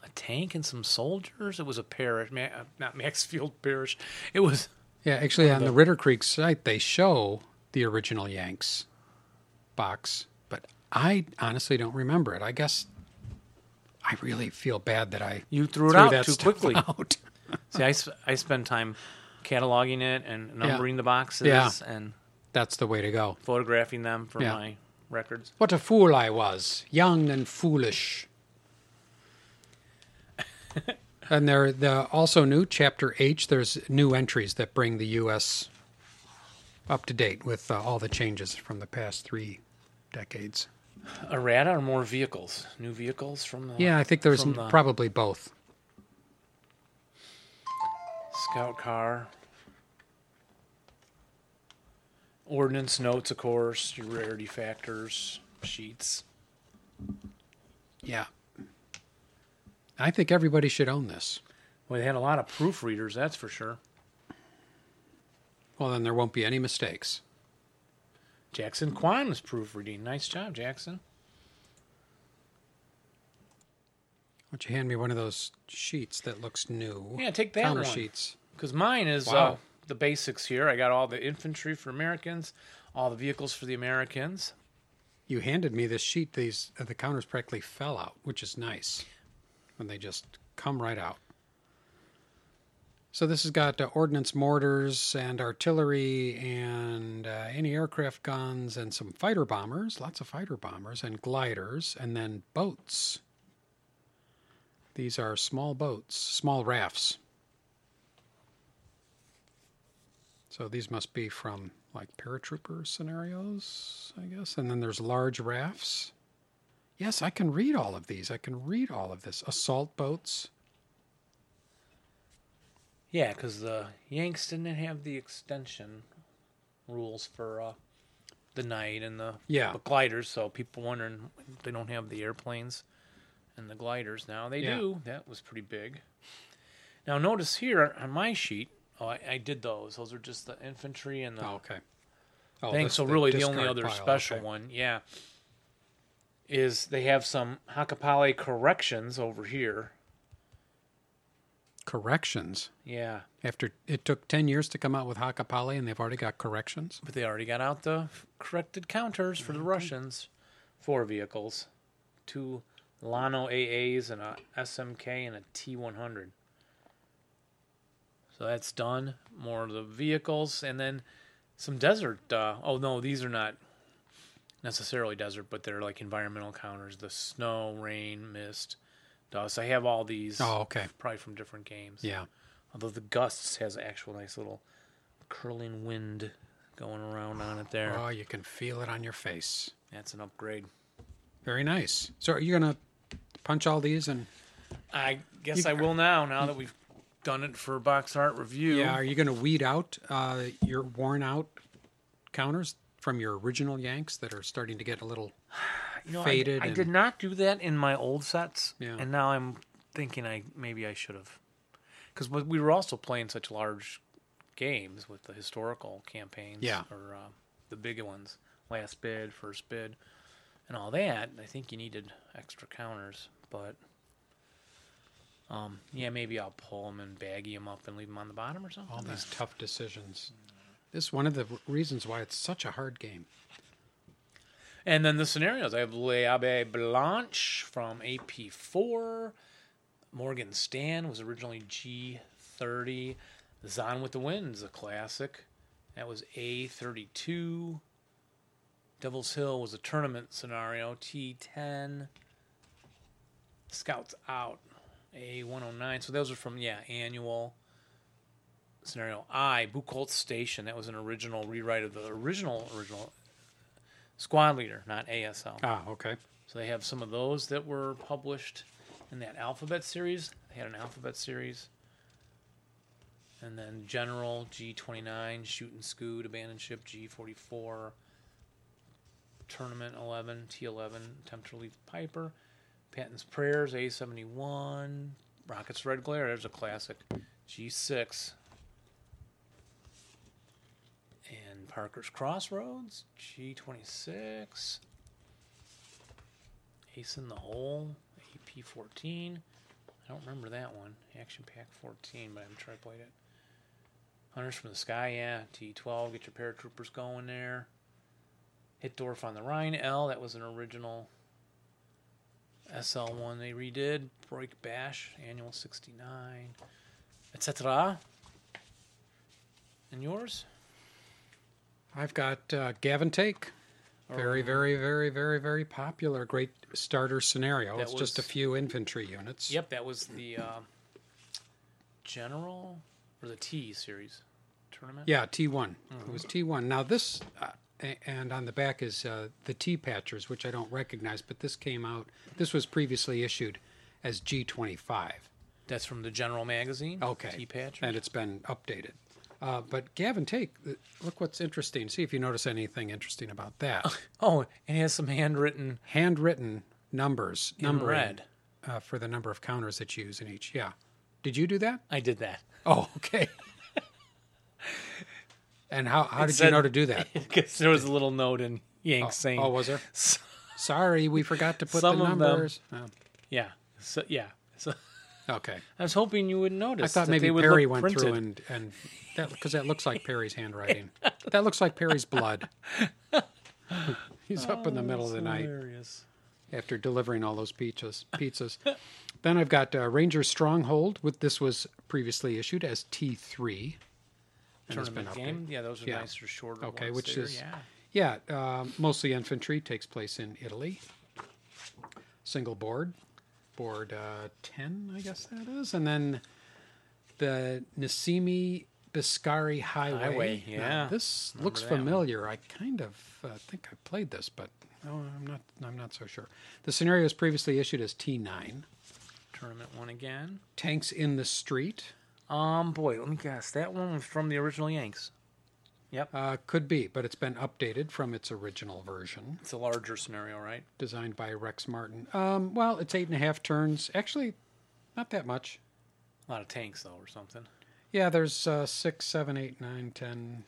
Speaker 3: a tank and some soldiers. It was a parish, ma- uh, not Maxfield Parish. It was
Speaker 2: Yeah. Actually, on the Ritter Creek site, they show the original Yanks box, but I honestly don't remember it. I guess I really feel bad that I
Speaker 3: you threw it
Speaker 2: threw
Speaker 3: out
Speaker 2: that
Speaker 3: too
Speaker 2: stuff
Speaker 3: quickly.
Speaker 2: out.
Speaker 3: See, I, sp- I spend time cataloging it and numbering the boxes
Speaker 2: Yeah.
Speaker 3: and
Speaker 2: That's the way to go.
Speaker 3: photographing them for
Speaker 2: Yeah.
Speaker 3: my records.
Speaker 2: What a fool I was, young and foolish. and there, the also new chapter H. There's new entries that bring the U.S. up to date with uh, all the changes from the past three decades.
Speaker 3: Errata or more vehicles? New vehicles from the
Speaker 2: Yeah, I think there's
Speaker 3: From the-
Speaker 2: probably both.
Speaker 3: Scout car. Ordnance notes, of course, your rarity factors, sheets.
Speaker 2: Yeah, I think everybody should own this.
Speaker 3: Well, they had a lot of proofreaders, that's for sure.
Speaker 2: Well, then there won't be any mistakes.
Speaker 3: Jackson Kwan was proofreading. Nice job, Jackson.
Speaker 2: Why don't you hand me one of those sheets that looks new?
Speaker 3: Yeah, take that
Speaker 2: counter
Speaker 3: one.
Speaker 2: sheets.
Speaker 3: Because mine is uh,
Speaker 2: Wow.
Speaker 3: the basics here. I got all the infantry for Americans, all the vehicles for the Americans.
Speaker 2: you handed me this sheet these uh, the counters practically fell out which is nice when they just come right out so this has got uh, ordnance mortars and artillery and uh, any aircraft guns and some fighter bombers lots of fighter bombers and gliders and then boats these are small boats small rafts So these must be from like paratrooper scenarios, I guess. And then there's large rafts. Yes, I can read all of these. I can read all of this. Assault boats.
Speaker 3: Yeah, because the Yanks didn't have the extension rules for uh, the night and the
Speaker 2: Yeah.
Speaker 3: the gliders. So people wondering if they don't have the airplanes and the gliders now. They
Speaker 2: Yeah.
Speaker 3: do. That was pretty big. Now notice here on my sheet. Oh, I, I did those. Those are just the infantry and the
Speaker 2: Oh, okay. Oh,
Speaker 3: thing.
Speaker 2: this-
Speaker 3: So really, the only
Speaker 2: discard
Speaker 3: other
Speaker 2: pile,
Speaker 3: special
Speaker 2: okay.
Speaker 3: one, yeah, is they have some Hakapale corrections over here.
Speaker 2: Corrections.
Speaker 3: Yeah,
Speaker 2: After it took ten years to come out with Hakapale, and they've already got corrections.
Speaker 3: But they already got out the f- corrected counters
Speaker 2: Mm-hmm.
Speaker 3: for the Russians. Four vehicles, two Lano AAs and a SMK and a T100. So that's done. More of the vehicles and then some desert. Uh, oh no, these are not necessarily desert, but they're like environmental counters: the snow, rain, mist, dust. I have all these.
Speaker 2: Oh, okay.
Speaker 3: probably from different games.
Speaker 2: Yeah.
Speaker 3: Although the gusts has an actual nice little curling wind going around on it there.
Speaker 2: Oh, you can feel it on your face.
Speaker 3: That's an upgrade.
Speaker 2: Very nice. So are you gonna punch all these and
Speaker 3: I guess I will now. Now that we've done it for box art review.
Speaker 2: yeah, are you gonna weed out uh, your worn out counters from your original Yanks that are starting to get a little
Speaker 3: you know, I-
Speaker 2: faded
Speaker 3: I,
Speaker 2: and-
Speaker 3: did not do that in my old sets.
Speaker 2: Yeah.
Speaker 3: And now I'm thinking I maybe I should have, because we were also playing such large games with the historical campaigns.
Speaker 2: Yeah.
Speaker 3: Or uh, the big ones last bid, first bid, and all that, I think you needed extra counters. But um, yeah, maybe I'll pull them and baggy them up and leave them on the bottom or something.
Speaker 2: All these tough decisions. This is one of the w- reasons why it's such a hard game.
Speaker 3: And then the scenarios. I have Le Abbe Blanche from AP4. Morgan Stan was originally G30. Zon with the Winds, a classic. That was A32. Devil's Hill was a tournament scenario, T10. Scouts Out, A109. So those are from, yeah, annual scenario. I, Buchholz Station, that was an original rewrite of the original, original squad leader, not ASL.
Speaker 2: Ah, okay.
Speaker 3: So they have some of those that were published in that alphabet series. They had an alphabet series. And then General G29, Shoot and Scoot, Abandoned Ship G44, Tournament 11, T11, Attempt to Relieve Piper, Patton's Prayers A71, Rocket's Red Glare, there's a classic, G6, and Parker's Crossroads, G26, Ace in the Hole, AP14. I don't remember that one. Action Pack 14, but I'm sure I played it. Hunters from the Sky, yeah. T12, get your paratroopers going there. Hit Dorf on the Rhine, L, that was an original SL one they redid. Break Bash, Annual 69, etc. And yours?
Speaker 2: I've got uh, Gavin Take.
Speaker 3: Oh,
Speaker 2: Very, very, very, very, very popular. Great starter scenario.
Speaker 3: That
Speaker 2: it's just a
Speaker 3: was-
Speaker 2: few infantry units.
Speaker 3: Yep, that was the uh, General or the T series tournament.
Speaker 2: Yeah, T1. It
Speaker 3: Mm-hmm.
Speaker 2: was T1. Now this, uh, a- and on the back is uh, the T patchers, which I don't recognize, but this came out. This was previously issued as G25.
Speaker 3: That's from the General magazine.
Speaker 2: Okay.
Speaker 3: T patch.
Speaker 2: And it's been updated. Uh, but Gavin Take, th- look what's interesting. See if you notice anything interesting about that.
Speaker 3: Oh, it has some handwritten
Speaker 2: Handwritten numbers,
Speaker 3: in
Speaker 2: numbering
Speaker 3: red.
Speaker 2: Uh, for the number of counters that you use in each. Yeah. Did you do that?
Speaker 3: I did that
Speaker 2: Oh, okay. and how, how did you
Speaker 3: said-
Speaker 2: know to do that?
Speaker 3: because there was a little note in Yank saying,
Speaker 2: Oh, was there?
Speaker 3: So-
Speaker 2: Sorry, we forgot to put
Speaker 3: Some
Speaker 2: the
Speaker 3: of them-
Speaker 2: numbers.
Speaker 3: "Yeah, so yeah." So
Speaker 2: Oh, okay.
Speaker 3: I was hoping you would notice.
Speaker 2: I thought
Speaker 3: that
Speaker 2: maybe
Speaker 3: they would
Speaker 2: Perry
Speaker 3: look
Speaker 2: went
Speaker 3: printed.
Speaker 2: through and and that because that looks like Perry's handwriting. that looks like Perry's blood. He's up
Speaker 3: Oh,
Speaker 2: in the middle of the night
Speaker 3: Hilarious.
Speaker 2: after delivering all those pizzas. Pizzas. then I've got uh, Ranger Stronghold. With this was previously issued as T three.
Speaker 3: Tournament game. Yeah, those are
Speaker 2: Yeah.
Speaker 3: nicer, shorter.
Speaker 2: Okay,
Speaker 3: ones
Speaker 2: which
Speaker 3: there,
Speaker 2: is-
Speaker 3: yeah.
Speaker 2: Yeah, uh, mostly infantry takes place in Italy. Single board, board uh, ten, I guess that is, and then the Nisimi Biscari Highway.
Speaker 3: Highway,
Speaker 2: Now,
Speaker 3: yeah.
Speaker 2: this looks
Speaker 3: that one.
Speaker 2: familiar. I kind of uh, think I played this, but no, I'm not. I'm not so sure. The scenario was previously issued as T nine.
Speaker 3: Tournament one again.
Speaker 2: Tanks in the street
Speaker 3: Um, boy, let me guess. That one was from the original Yanks. Yep.
Speaker 2: uh, could be, but it's been updated from its original version.
Speaker 3: It's a larger scenario, right?
Speaker 2: designed by Rex Martin. Um, well, it's eight and a half turns. Actually, not that much.
Speaker 3: A lot of tanks though, or something.
Speaker 2: Yeah, there's uh, six, seven, eight, nine, ten,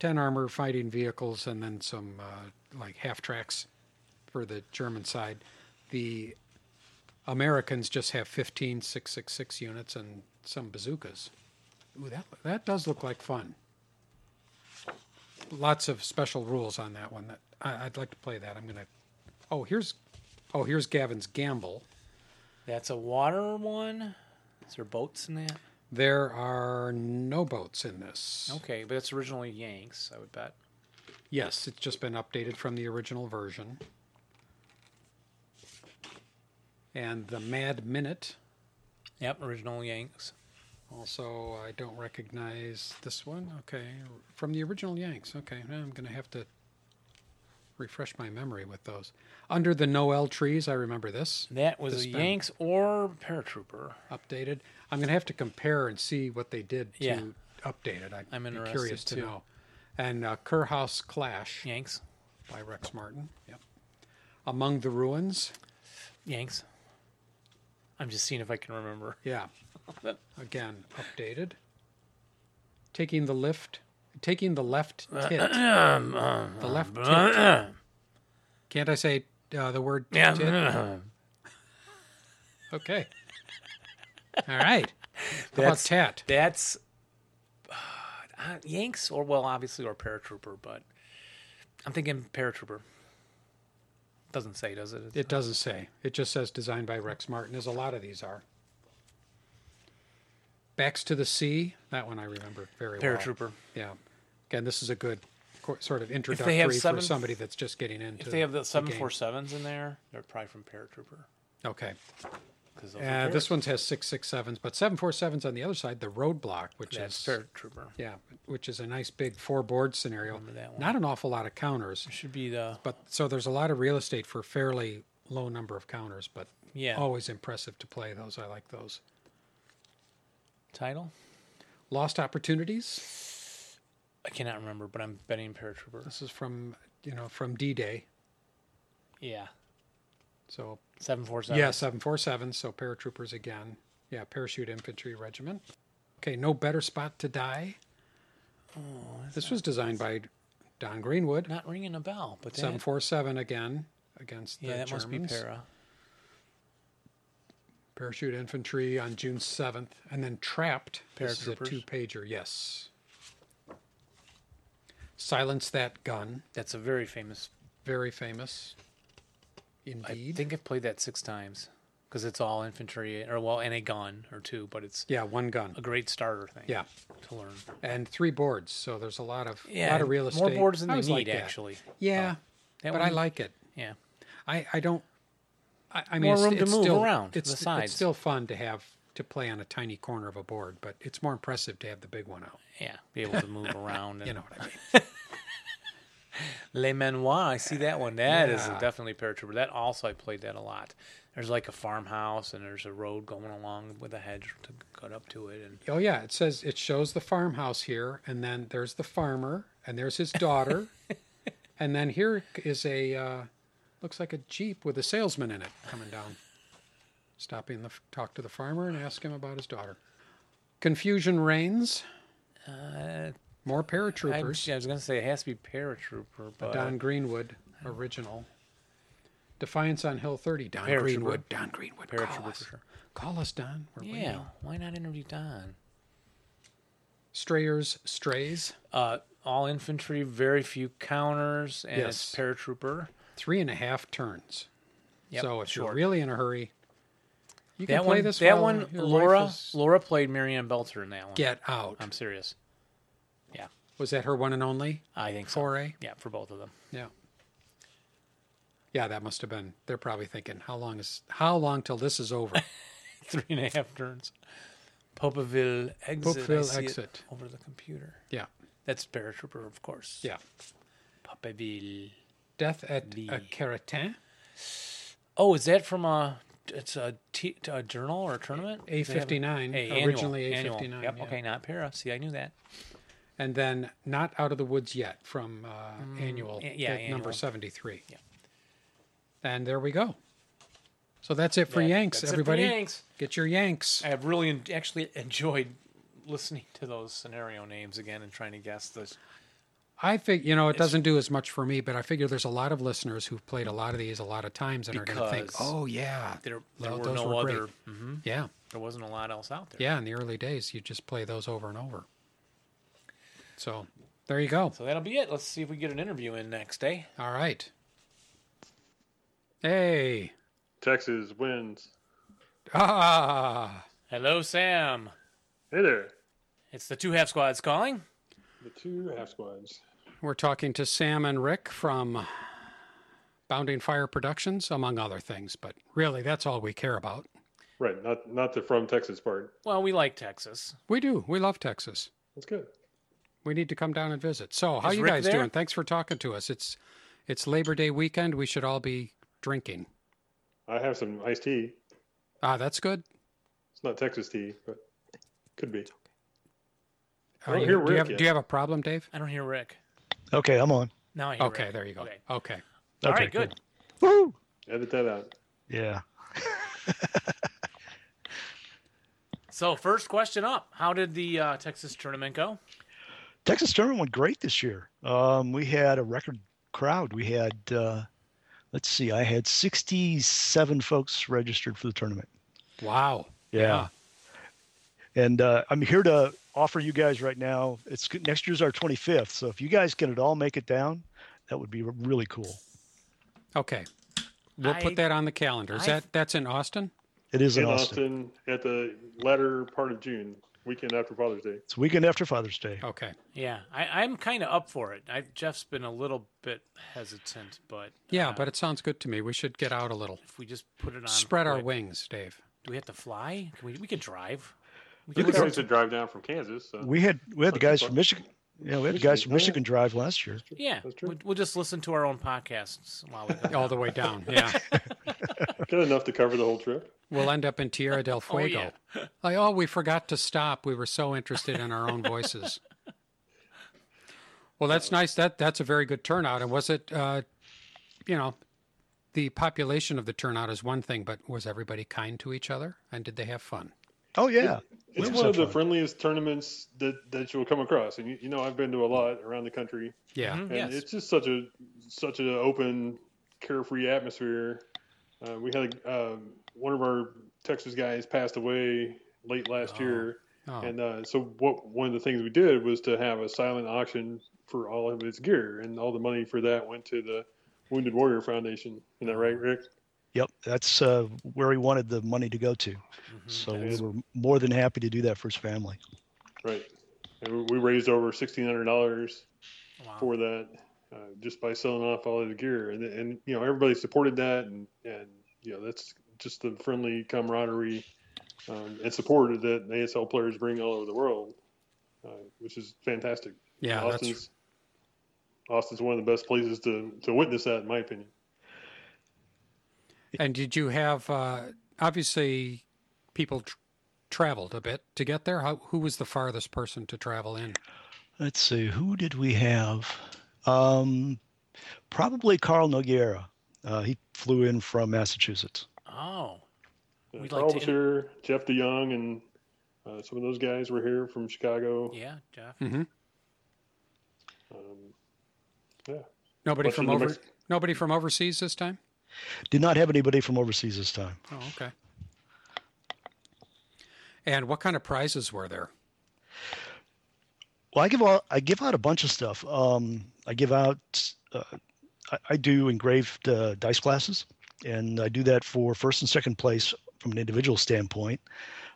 Speaker 2: ten armor fighting vehicles, and then some uh, like half tracks for the German side. The Americans just have 15, 666 units and some bazookas. Ooh, that that does look like fun. Lots of special rules on that one. That I, I'd like to play that. I'm gonna. Oh, here's, oh here's Gavin's gamble.
Speaker 3: That's a water one. Is there boats in that?
Speaker 2: There are no boats in this.
Speaker 3: Okay, but it's originally Yanks, I would bet.
Speaker 2: Yes, it's just been updated from the original version. And the Mad Minute.
Speaker 3: Yep, original Yanks.
Speaker 2: Also, I don't recognize this one. Okay, from the original Yanks. Okay, now I'm going to have to refresh my memory with those. Under the Noel trees, I remember this.
Speaker 3: That was
Speaker 2: This
Speaker 3: a
Speaker 2: been-
Speaker 3: Yanks or paratrooper.
Speaker 2: Updated. I'm going to have to compare and see what they did to
Speaker 3: Yeah.
Speaker 2: update it. I'd
Speaker 3: I'm
Speaker 2: be
Speaker 3: interested
Speaker 2: curious to
Speaker 3: too.
Speaker 2: know. And uh, Kurhaus Clash
Speaker 3: Yanks.
Speaker 2: by Rex Martin. Yep. Among the Ruins.
Speaker 3: Yanks. I'm just seeing if I can remember.
Speaker 2: Yeah. Again, updated. Taking the lift, taking the left
Speaker 3: Uh,
Speaker 2: tit. the left tit.
Speaker 3: yeah.
Speaker 2: Can't I say uh, the word tit? Okay. All right. How about
Speaker 3: That's-
Speaker 2: tat?
Speaker 3: That's uh, Yanks or well, obviously or paratrooper, but I'm thinking paratrooper. Doesn't say, does it?
Speaker 2: It doesn't say. It just says designed by Rex Martin, as a lot of these are. Backs to the Sea. That one I remember very well.
Speaker 3: paratrooper.
Speaker 2: Yeah. Again, this is a good co- sort of
Speaker 3: they have
Speaker 2: introductory for
Speaker 3: seven-
Speaker 2: somebody that's just getting into.
Speaker 3: If they have the
Speaker 2: game.
Speaker 3: 747s in there, they're probably from paratrooper.
Speaker 2: Okay.
Speaker 3: Because
Speaker 2: Uh, this one has six six sevens, but seven four sevens on the other side. The roadblock, which
Speaker 3: that's
Speaker 2: is
Speaker 3: paratrooper.
Speaker 2: yeah, which is a nice big four board scenario.
Speaker 3: Remember that one.
Speaker 2: Not an awful lot of counters,
Speaker 3: Should be the
Speaker 2: but so there's a lot of real estate for fairly low number of counters, but
Speaker 3: yeah
Speaker 2: always impressive to play those. I like those.
Speaker 3: title.
Speaker 2: Lost opportunities.
Speaker 3: I cannot remember, but I'm betting paratrooper.
Speaker 2: This is from you know from D Day.
Speaker 3: Yeah,
Speaker 2: So
Speaker 3: seven four seven.
Speaker 2: yeah, seven four seven. So paratroopers again. Yeah, parachute infantry regiment. Okay, no better spot to die.
Speaker 3: Oh,
Speaker 2: this was designed by Don Greenwood.
Speaker 3: not ringing a bell, but
Speaker 2: Seven
Speaker 3: that,
Speaker 2: four seven again against the
Speaker 3: yeah, that
Speaker 2: Germans.
Speaker 3: must be para.
Speaker 2: Parachute infantry on June seventh, and then trapped. This is a
Speaker 3: Paratroopers.
Speaker 2: two pager. Yes. Silence that gun.
Speaker 3: That's a very famous.
Speaker 2: Very famous.
Speaker 3: I
Speaker 2: Indeed.
Speaker 3: think I've played that six times because it's all infantry or well, and a gun or two, but it's
Speaker 2: yeah, one gun.
Speaker 3: a great starter thing.
Speaker 2: Yeah,
Speaker 3: to learn.
Speaker 2: and three boards. So there's a lot of
Speaker 3: Yeah,
Speaker 2: lot of real
Speaker 3: more
Speaker 2: estate.
Speaker 3: boards than
Speaker 2: I
Speaker 3: they
Speaker 2: always
Speaker 3: need
Speaker 2: like that.
Speaker 3: actually. Oh,
Speaker 2: Yeah,
Speaker 3: That
Speaker 2: but I
Speaker 3: one-
Speaker 2: like it.
Speaker 3: yeah.
Speaker 2: I, I don't. I, I mean,
Speaker 3: More
Speaker 2: it's,
Speaker 3: room to
Speaker 2: it's
Speaker 3: move
Speaker 2: still,
Speaker 3: around to
Speaker 2: It's,
Speaker 3: the
Speaker 2: it's
Speaker 3: sides.
Speaker 2: still fun to have to play on a tiny corner of a board, but it's more impressive to have the big one out.
Speaker 3: Yeah, be able to move around. And
Speaker 2: You know what I mean?
Speaker 3: Le Manoir, I see that one. That is
Speaker 2: Yeah.
Speaker 3: definitely paratrooper. That also I played that a lot. There's like a farmhouse and there's a road going along with a hedge to cut up to it, and
Speaker 2: Oh yeah, it says it shows the farmhouse here, and then there's the farmer, and there's his daughter, and then here is a uh, looks like a jeep with a salesman in it coming down, stopping the talk to the farmer and ask him about his daughter. Confusion reigns. More
Speaker 3: I, Uh, I
Speaker 2: paratroopers.
Speaker 3: was gonna say it has to be paratrooper, but
Speaker 2: Don Greenwood original. Defiance on Hill Thirty. Don
Speaker 3: Paratrooper.
Speaker 2: Greenwood. Don Greenwood. Call
Speaker 3: Paratrooper
Speaker 2: us.
Speaker 3: for sure.
Speaker 2: Call us, Don. We're
Speaker 3: yeah,
Speaker 2: waiting.
Speaker 3: why not interview Don?
Speaker 2: Strayers strays.
Speaker 3: Uh, all infantry, very few counters, and
Speaker 2: Yes.
Speaker 3: it's paratrooper.
Speaker 2: three and a half turns.
Speaker 3: Yep,
Speaker 2: so if you're
Speaker 3: short.
Speaker 2: really in a hurry, you can
Speaker 3: that
Speaker 2: play
Speaker 3: one,
Speaker 2: this.
Speaker 3: that
Speaker 2: while
Speaker 3: one,
Speaker 2: your wife
Speaker 3: Laura,
Speaker 2: is-
Speaker 3: Laura Um, played Marianne Belter in that one.
Speaker 2: get out.
Speaker 3: I'm serious. Yeah,
Speaker 2: Was that her one and only
Speaker 3: I think so.
Speaker 2: foray?
Speaker 3: Yeah, for both of them.
Speaker 2: Yeah. Yeah, that must have been. They're probably thinking, how long is how long till this is over?
Speaker 3: Three and a half turns. Popeville exit. I
Speaker 2: Popeville
Speaker 3: see it
Speaker 2: exit.
Speaker 3: over the computer.
Speaker 2: yeah,
Speaker 3: That's paratrooper, of course.
Speaker 2: yeah.
Speaker 3: Popeville.
Speaker 2: Death at
Speaker 3: The-
Speaker 2: a Keratin,
Speaker 3: Oh, is that from a? It's a, t- a journal or a tournament?
Speaker 2: A fifty nine, originally A fifty
Speaker 3: fifty
Speaker 2: nine.
Speaker 3: Yep. Okay, not para. See, I knew that.
Speaker 2: And then not out of the woods yet from uh, annual
Speaker 3: a- Mm, yeah,
Speaker 2: at number
Speaker 3: annual.
Speaker 2: seventy three.
Speaker 3: Yeah.
Speaker 2: And there we go. So that's it for
Speaker 3: That-
Speaker 2: Yanks,
Speaker 3: that's it for
Speaker 2: everybody.
Speaker 3: Yanks.
Speaker 2: Get your Yanks.
Speaker 3: I have really en- actually enjoyed listening to those scenario names again and trying to guess this.
Speaker 2: I think you know it doesn't do as much for me, but I figure there's a lot of listeners who've played a lot of these a lot of times and are going to think,
Speaker 3: Because
Speaker 2: "Oh yeah,
Speaker 3: There, there
Speaker 2: tho-
Speaker 3: were
Speaker 2: those
Speaker 3: no
Speaker 2: were great."
Speaker 3: other. mhm,
Speaker 2: yeah,
Speaker 3: There wasn't a lot else out there.
Speaker 2: yeah." In the early days, you just play those over and over. So there you go.
Speaker 3: So that'll be it. Let's see if we get an interview in next eh? day.
Speaker 2: All right. Hey,
Speaker 5: Texas wins.
Speaker 2: ah,
Speaker 3: Hello, Sam.
Speaker 5: Hey there,
Speaker 3: It's the two half squads calling.
Speaker 5: the two half squads.
Speaker 2: we're talking to Sam and Rick from Bounding Fire Productions, among other things. But really, that's all we care about.
Speaker 5: Right, not not the from Texas part.
Speaker 3: Well, we like Texas.
Speaker 2: We do. We love Texas.
Speaker 5: That's good.
Speaker 2: We need to come down and visit. So, how
Speaker 3: Is
Speaker 2: you
Speaker 3: Rick
Speaker 2: guys
Speaker 3: there?
Speaker 2: doing? Thanks for talking to us. It's it's Labor Day weekend. We should all be drinking.
Speaker 5: I have some iced tea.
Speaker 2: Ah, that's good.
Speaker 5: It's not Texas tea, but could be.
Speaker 2: Are
Speaker 5: Oh,
Speaker 2: Uh, you,
Speaker 5: here
Speaker 2: do, you
Speaker 5: Rick
Speaker 2: have,
Speaker 5: is.
Speaker 2: do you have a problem, Dave?
Speaker 3: I don't hear Rick.
Speaker 6: Okay, I'm on.
Speaker 3: Now I hear
Speaker 2: Okay,
Speaker 3: Rick.
Speaker 2: there you go.
Speaker 3: Okay.
Speaker 2: Okay.
Speaker 3: All
Speaker 6: Okay,
Speaker 3: right, good.
Speaker 6: Woo!
Speaker 5: Edit that out.
Speaker 6: Yeah.
Speaker 3: So, first question up How did the uh, Texas tournament go?
Speaker 6: Texas Tournament went great this year. Um, we had a record crowd. We had, uh, let's see, I had 67 folks registered for the tournament.
Speaker 2: Wow.
Speaker 6: Yeah. And uh, I'm here to offer you guys right now. It's next year's our 25th, so if you guys can at all make it down, that would be really cool.
Speaker 2: Okay. We'll
Speaker 3: I-
Speaker 2: put that on the calendar. Is
Speaker 3: I-
Speaker 2: that that's in Austin?
Speaker 6: It is in,
Speaker 5: in
Speaker 6: Austin.
Speaker 5: Austin at the latter part of June, weekend after Father's Day.
Speaker 6: It's weekend after Father's Day.
Speaker 2: Okay.
Speaker 3: Yeah, I, I'm kind of up for it. I, Jeff's been a little bit hesitant, but
Speaker 2: Yeah,
Speaker 3: uh,
Speaker 2: but it sounds good to me. We should get out a little.
Speaker 3: if we just put it on,
Speaker 2: Spread our
Speaker 3: quick-
Speaker 2: wings, Dave.
Speaker 3: Do we have to fly? Can we? We can drive. We
Speaker 5: You
Speaker 3: can
Speaker 5: could
Speaker 3: drive.
Speaker 5: always drive down from Kansas. So.
Speaker 6: We had we had the
Speaker 5: Okay,
Speaker 6: guys
Speaker 5: fine.
Speaker 6: from Michigan. Yeah, we had the guys from
Speaker 5: Michigan, oh, yeah.
Speaker 6: Michigan drive last year.
Speaker 3: yeah,
Speaker 5: That's true.
Speaker 3: we'll, we'll just listen to our own podcasts while we. go.
Speaker 2: All the way down. Yeah.
Speaker 5: Good enough to cover the whole trip.
Speaker 2: We'll end up in Tierra del
Speaker 3: Oh,
Speaker 2: Fuego.
Speaker 3: yeah.
Speaker 2: Like, oh, we forgot to stop. We were so interested in our own voices. Well, that's nice. That that's a very good turnout. And was it, uh, you know, the population of the turnout is one thing, but was everybody kind to each other and did they have fun?
Speaker 6: Oh yeah,
Speaker 5: It's
Speaker 6: Where was
Speaker 5: one of
Speaker 6: that
Speaker 5: the
Speaker 6: from?
Speaker 5: friendliest tournaments that, that you'll come across, and you, you know I've been to a lot around the country,
Speaker 2: Yeah,
Speaker 3: Mhm,
Speaker 5: and
Speaker 3: yes.
Speaker 5: it's just such a such an open, carefree atmosphere. Uh, we had a, um, one of our Texas guys passed away late last year,
Speaker 2: Oh,
Speaker 5: and uh, so what? One of the things we did was to have a silent auction for all of his gear, and all the money for that went to the Wounded Warrior Foundation. Isn't
Speaker 2: Oh.
Speaker 5: that right, Rick?
Speaker 6: Yep, that's uh, where he wanted the money to go to.
Speaker 3: Mm-hmm.
Speaker 6: So we
Speaker 5: Nice.
Speaker 6: were more than happy to do that for his family.
Speaker 5: Right. And we we raised over sixteen hundred dollars
Speaker 3: Wow.
Speaker 5: for that uh, just by selling off all of the gear, and and you know everybody supported that, and and you know that's just the friendly camaraderie um, and support that the ASL players bring all over the world, uh, which is fantastic.
Speaker 2: yeah, that's
Speaker 5: Austin's Austin's one of the best places to to witness that, in my opinion.
Speaker 2: and did you have uh, obviously people tr- traveled a bit to get there? How, who was the farthest person to travel in?
Speaker 6: Let's see, who did we have? Um, probably Carl Noguera. Uh, he flew in from Massachusetts.
Speaker 3: Oh,
Speaker 5: Uh,
Speaker 3: We'd like
Speaker 5: Carl
Speaker 3: to
Speaker 5: was
Speaker 3: in-
Speaker 5: here, Jeff DeYoung, and uh, some of those guys were here from Chicago.
Speaker 3: Oh, yeah, Jeff.
Speaker 2: hmm
Speaker 5: Um,
Speaker 2: Nobody
Speaker 5: Bunch
Speaker 2: from
Speaker 5: of the
Speaker 2: over
Speaker 5: Mex-
Speaker 2: nobody from overseas this time.
Speaker 6: Did not have anybody from overseas this time.
Speaker 2: Oh, okay. And what kind of prizes were there?
Speaker 6: Well, I give out I give out a bunch of stuff. Um, I give out uh, I, I do engraved uh, dice classes, and I do that for first and second place from an individual standpoint.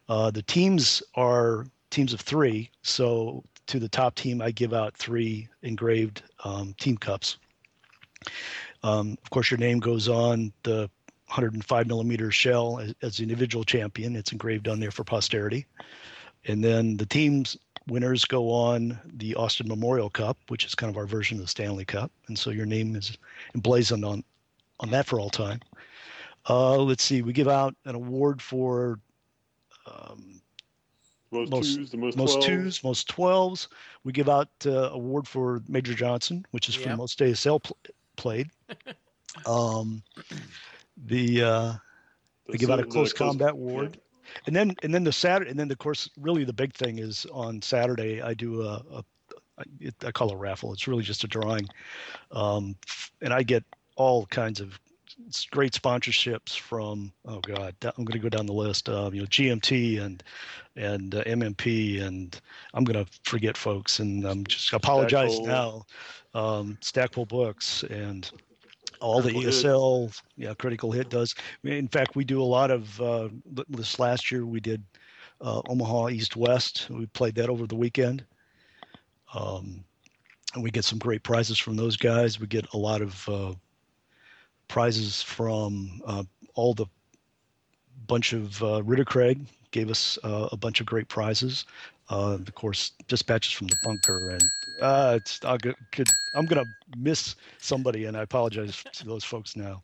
Speaker 6: Uh, the teams are teams of three, so to the top team, I give out three engraved um, team cups. Um, of course, your name goes on the 105 millimeter shell as, as the individual champion. It's engraved on there for posterity. And then the team's winners go on the Austin Memorial Cup, which is kind of our version of the Stanley Cup. And so your name is emblazoned on, on that for all time. Uh, let's see, we give out an award for um,
Speaker 5: most,
Speaker 6: Most-
Speaker 5: twos, the most,
Speaker 6: most
Speaker 5: 12s.
Speaker 6: twos, most 12s. We give out uh, award for Major Johnson, which is for
Speaker 3: Yep.
Speaker 6: most ASL pl- played. um, the. Uh,
Speaker 5: The
Speaker 6: They give out a
Speaker 5: se- the
Speaker 6: close combat award. And then and then the Saturday and then of course really the big thing is on Saturday I do a, a I- it, I call it a raffle. It's really just a drawing, um, and I get all kinds of s- great sponsorships from oh god da- I'm going to go down the list. Um, you know GMT and and uh, MMP and I'm going to forget folks and I'm just apologize
Speaker 5: Stackpole.
Speaker 6: now. Um, Stackpole Books and all the
Speaker 5: Critical Hit.
Speaker 6: ESL yeah Critical Hit does. In fact, we do a lot of uh, l- this last year. We did uh, Omaha East West. We played that over the weekend. Um, and we get some great prizes from those guys. We get a lot of uh, prizes from uh, all the bunch of uh, Ritter Craig gave us uh, a bunch of great prizes. Uh, of course, dispatches from the bunker, and uh, it's I could, could- I'm gonna miss somebody, and I apologize to those folks now.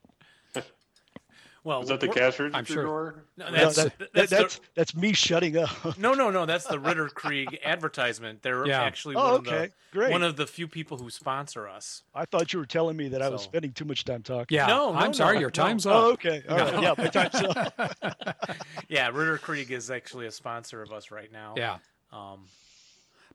Speaker 3: Well,
Speaker 5: Was that the
Speaker 3: we're-
Speaker 5: cash register
Speaker 2: I'm sure-
Speaker 5: drawer?
Speaker 3: No,
Speaker 6: No,
Speaker 3: that's,
Speaker 6: that- that-
Speaker 3: that's, the-
Speaker 6: that's that's me shutting up.
Speaker 3: no, no, no. That's the Ritter Krieg advertisement. They're
Speaker 2: Yeah.
Speaker 3: actually one
Speaker 6: Oh, okay,
Speaker 3: of the
Speaker 6: great.
Speaker 3: one of the few people who sponsor us.
Speaker 6: I thought you were telling me that I was
Speaker 3: So-
Speaker 6: spending too much time talking.
Speaker 2: Yeah.
Speaker 3: No, no,
Speaker 2: I'm sorry,
Speaker 3: no,
Speaker 2: your
Speaker 3: no.
Speaker 2: time's up.
Speaker 6: Oh, okay. All right. Yeah, uh, my time's up.
Speaker 3: Yeah, Ritter Krieg is actually a sponsor of us right now.
Speaker 2: Yeah.
Speaker 3: Um,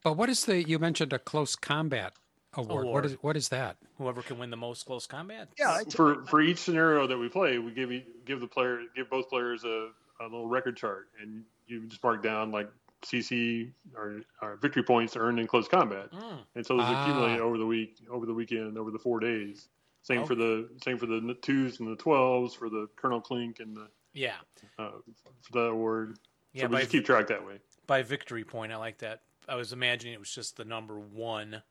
Speaker 2: But what is the? You mentioned a close combat award. What
Speaker 3: Award.
Speaker 2: is what is that?
Speaker 3: Whoever can win the most close combat.
Speaker 6: Yeah,
Speaker 5: for for each scenario that we play, we give you- give the player give both players a, a little record chart, and you just mark down like CC or, or victory points earned in close combat, and so those
Speaker 2: Ah.
Speaker 5: accumulate over the week, over the weekend, over the four days. Same for
Speaker 3: Okay.
Speaker 5: the same for the n- twos and the twelves for the Colonel Clink and the
Speaker 3: Yeah.
Speaker 5: uh, for that award.
Speaker 3: Yeah,
Speaker 5: so we
Speaker 3: by-
Speaker 5: just keep track that way.
Speaker 3: By victory point, I like that. I was imagining it was just the number one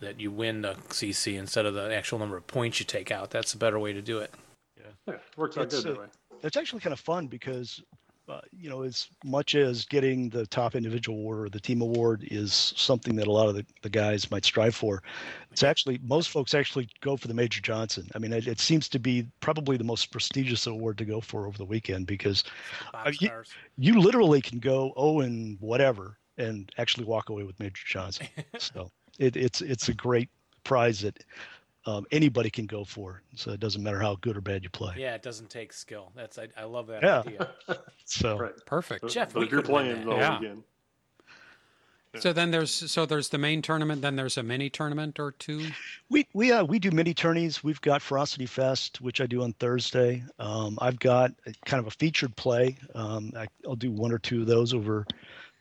Speaker 3: that you win the CC instead of the actual number of points you take out. That's a better way to do it.
Speaker 5: Yeah, works out
Speaker 6: It's,
Speaker 5: good that
Speaker 6: uh,
Speaker 5: way.
Speaker 6: it's actually kind of fun because uh, you know as much as getting the top individual award or the team award is something that a lot of the, the guys might strive for it's actually most folks actually go for the major johnson i mean it, it seems to be probably the most prestigious award to go for over the weekend because
Speaker 3: Bob
Speaker 6: Uh, you-
Speaker 3: Stars.
Speaker 6: you literally can go oh and whatever and actually walk away with major johnson so it, it's it's a great prize that um, anybody can go for so it doesn't matter how good or bad you play
Speaker 3: Yeah, it doesn't take skill. That's I, I love that
Speaker 6: Yeah.
Speaker 3: idea.
Speaker 6: so
Speaker 5: Right.
Speaker 2: Perfect.
Speaker 5: But-
Speaker 3: Jeff,
Speaker 5: but
Speaker 3: we
Speaker 5: if you're
Speaker 3: could win
Speaker 5: playing
Speaker 3: that.
Speaker 5: the
Speaker 2: Yeah.
Speaker 5: whole weekend,
Speaker 2: So then there's so there's the main tournament. Then there's a mini tournament or two.
Speaker 6: We we uh, we do mini tourneys. We've got Ferocity Fest, which I do on Thursday. Um, I've got a, kind of a featured play. Um, I, I'll do one or two of those over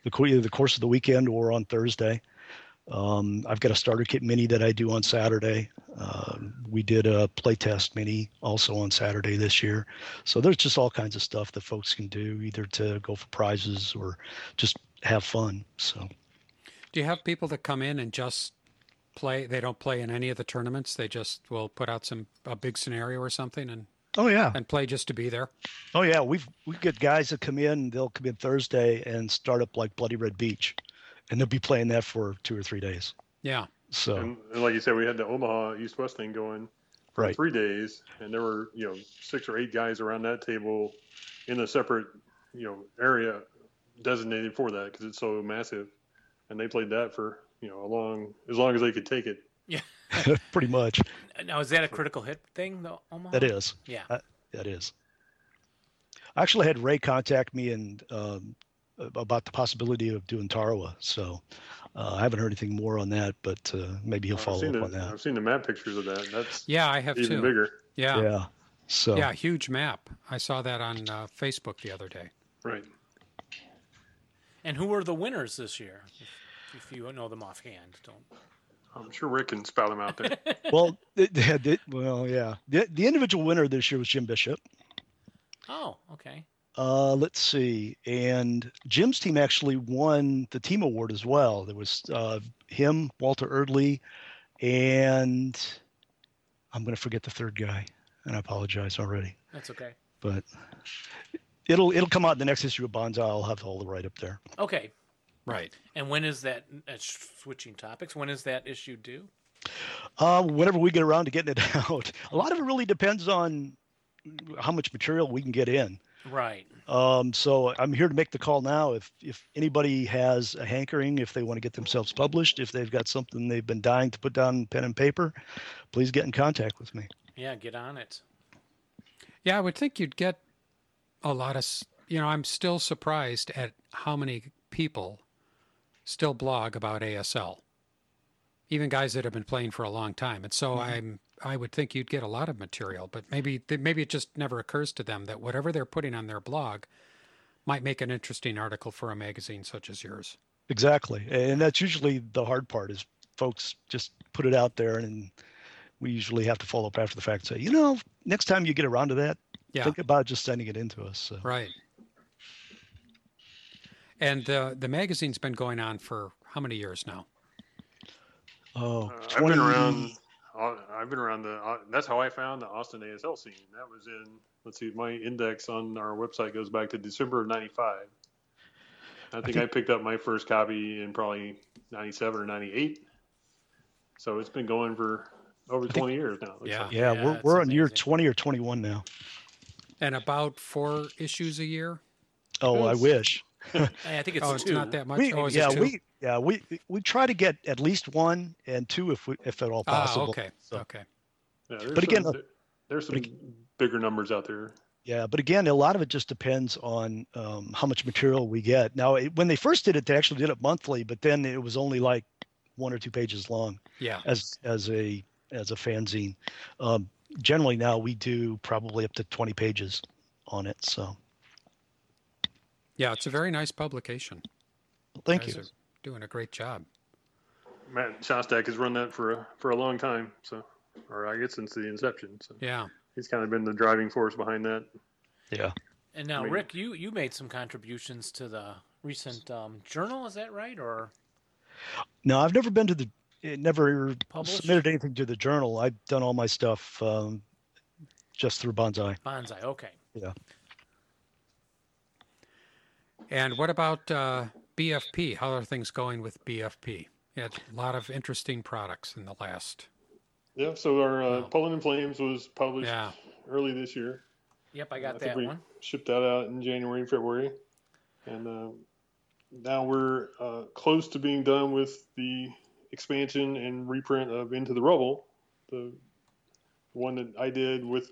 Speaker 6: the co- either the course of the weekend or on Thursday. Um, I've got a starter kit mini that I do on Saturday. Um we did a playtest mini also on Saturday this year. So there's just all kinds of stuff that folks can do, either to go for prizes or just have fun. So
Speaker 2: Do you have people that come in and just play? They don't play in any of the tournaments. They just will put out some a big scenario or something and
Speaker 6: oh yeah,
Speaker 2: and play just to be there.
Speaker 6: Oh yeah, we've we get guys that come in. They'll come in Thursday and start up like Bloody Red Beach, and they'll be playing that for two or three days.
Speaker 2: Yeah.
Speaker 6: So
Speaker 5: and, and like you said, we had the Omaha East West thing going. for
Speaker 6: right,
Speaker 5: three days, and there were you know six or eight guys around that table in a separate you know area designated for that because it's so massive, and they played that for you know a long as long as they could take it.
Speaker 6: pretty much
Speaker 3: Now is that a critical hit thing though, Omaha?
Speaker 6: that is
Speaker 3: Yeah.
Speaker 6: Uh, that is. I actually had Ray contact me and um, about the possibility of doing Tarawa. So uh, I haven't heard anything more on that, but uh, maybe he'll
Speaker 5: I've
Speaker 6: follow
Speaker 5: seen
Speaker 6: up
Speaker 5: the
Speaker 6: on that.
Speaker 5: I've seen the map pictures of that. and That's
Speaker 2: Yeah, I have
Speaker 5: even
Speaker 2: too.
Speaker 5: bigger,
Speaker 2: Yeah.
Speaker 6: Yeah.
Speaker 2: yeah.
Speaker 6: So
Speaker 2: huge map. I saw that on uh, Facebook the other day.
Speaker 5: right?
Speaker 3: And who were the winners this year? If, if you know them offhand, don't.
Speaker 5: I'm sure Rick can spout them out there.
Speaker 6: well, the, the, the- well, yeah. The, the individual winner this year was Jim Bishop.
Speaker 3: Oh, okay.
Speaker 6: Uh, let's see. And Jim's team actually won the team award as well. There was uh, him, Walter Erdley, and I'm going to forget the third guy, and I apologize already.
Speaker 3: That's okay.
Speaker 6: But it'll it'll come out in the next issue of Bonza. I'll have all the write up there.
Speaker 3: Okay.
Speaker 2: Right.
Speaker 3: And when is that? Uh, switching topics. When is that issue due?
Speaker 6: Uh, whenever we get around to getting it out, a lot of it really depends on how much material we can get in.
Speaker 3: Right.
Speaker 6: Um, so I'm here to make the call now. If if anybody has a hankering, if they want to get themselves published, if they've got something they've been dying to put down pen and paper, please get in contact with me.
Speaker 3: Yeah. Get on it.
Speaker 2: Yeah, I would think you'd get a lot of. s- You know, I'm still surprised at how many people still blog about ASL. Even guys that have been playing for a long time, and so I'm. I would think you'd get a lot of material, but maybe th- maybe it just never occurs to them that whatever they're putting on their blog might make an interesting article for a magazine such as yours.
Speaker 6: Exactly, and that's usually the hard part is folks just put it out there, and we usually have to follow up after the fact. and Say, you know, next time you get around to that,
Speaker 2: Yeah.
Speaker 6: think about just sending it into us. So.
Speaker 2: Right. And the the magazine's been going on for how many years now?
Speaker 6: Oh,
Speaker 5: Uh, I've
Speaker 6: 20
Speaker 5: been around. I've been around the. That's how I found the Austin ASL scene. That was in. Let's see. My index on our website goes back to December of '95. I think I picked up my first copy in probably '97 or '98. So it's been going for over 20 years now. it looks
Speaker 2: Yeah.
Speaker 5: like.
Speaker 6: Yeah,
Speaker 3: Yeah,
Speaker 6: we're
Speaker 3: it's
Speaker 6: we're on year
Speaker 3: amazing.
Speaker 6: twenty or twenty one now.
Speaker 2: And about four issues a year.
Speaker 6: Oh, I
Speaker 5: Yes.
Speaker 6: wish.
Speaker 3: Hey, I think it's
Speaker 2: Oh,
Speaker 3: two.
Speaker 2: it's not that much.
Speaker 6: We,
Speaker 2: oh, is
Speaker 6: yeah,
Speaker 2: it two?
Speaker 6: we yeah we we try to get at least one and two if we if at all
Speaker 2: ah,
Speaker 6: possible.
Speaker 2: okay,
Speaker 6: So,
Speaker 2: okay.
Speaker 5: Yeah, there's
Speaker 6: But again,
Speaker 5: some- there's some bigger numbers out there.
Speaker 6: Yeah, but again, a lot of it just depends on um, how much material we get. Now, it, when they first did it, they actually did it monthly, but then it was only like one or two pages long
Speaker 2: Yeah.
Speaker 6: as as a as a fanzine. Um, generally, now we do probably up to twenty pages on it. So,
Speaker 2: Yeah, it's a very nice publication.
Speaker 6: thank
Speaker 2: guys
Speaker 6: you.
Speaker 2: are doing a great job.
Speaker 5: Matt Shostak has run that for a for a long time, so or I guess since the inception. So
Speaker 2: Yeah.
Speaker 5: he's kind of been the driving force behind that.
Speaker 6: Yeah,
Speaker 3: And now,
Speaker 5: I mean-
Speaker 3: Rick, you you made some contributions to the recent um, journal. Is that right? Or
Speaker 6: no, I've never been to the it never
Speaker 3: Published?
Speaker 6: submitted anything to the journal. I've done all my stuff um, just through Bonsai.
Speaker 3: bonsai? Okay.
Speaker 6: Yeah.
Speaker 2: And what about uh, BFP? How are things going with BFP? You had a lot of interesting products in the last.
Speaker 5: Yeah. So our uh, Poland in Flames was published
Speaker 2: Yeah.
Speaker 5: early this year.
Speaker 3: Yep, I got
Speaker 5: I think
Speaker 3: that
Speaker 5: we
Speaker 3: one.
Speaker 5: shipped that out in January and February, and uh, now we're uh, close to being done with the expansion and reprint of Into the Rubble, the one that I did with,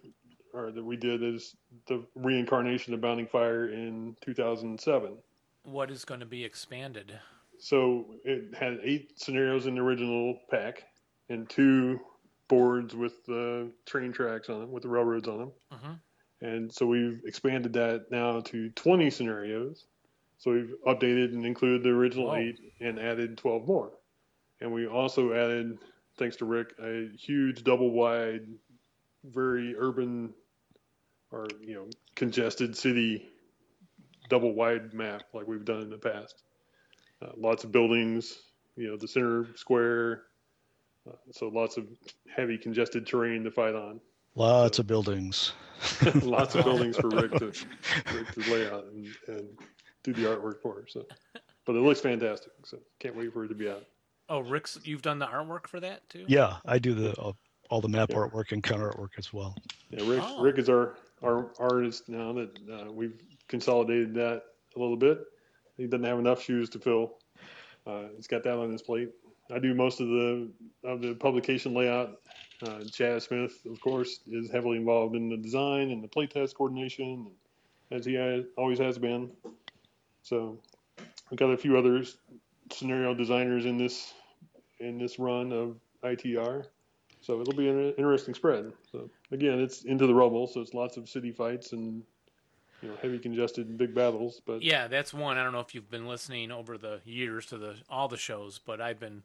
Speaker 5: or that we did is the reincarnation of Bounding Fire in 2007.
Speaker 3: What is going to be expanded?
Speaker 5: So it had eight scenarios in the original pack, and two boards with the train tracks on them, with the railroads on them.
Speaker 3: Mhm.
Speaker 5: And so we've expanded that now to 20 scenarios. So we've updated and included the original
Speaker 3: Wow.
Speaker 5: eight and added 12 more. And we also added, thanks to Rick, a huge double wide, very urban or you know congested city double wide map like we've done in the past. Uh, lots of buildings, you know, the center square. Uh, so lots of heavy congested terrain to fight on.
Speaker 6: Lots of buildings.
Speaker 5: lots of buildings for Rick to, Rick to lay out and, and do the artwork for. So, but it looks fantastic. So can't wait for it to be out.
Speaker 3: Oh, Rick's, you've done the artwork for that too.
Speaker 6: Yeah, I do the all, all the map
Speaker 5: Yeah.
Speaker 6: artwork and counter artwork as well.
Speaker 5: Yeah, Rick,
Speaker 3: Oh.
Speaker 5: Rick is our, our artist now that uh, we've consolidated that a little bit. He doesn't have enough shoes to fill. Uh, he's got that on his plate. I do most of the of the publication layout. Uh, Chad Smith, of course, is heavily involved in the design and the playtest coordination, as he has, always has been. So, we've got a few other s- scenario designers in this in this run of ITR. So it'll be an interesting spread. So again, it's into the rubble, so it's lots of city fights and you know heavy congested big battles. But
Speaker 3: Yeah, that's one. I don't know if you've been listening over the years to the all the shows, but I've been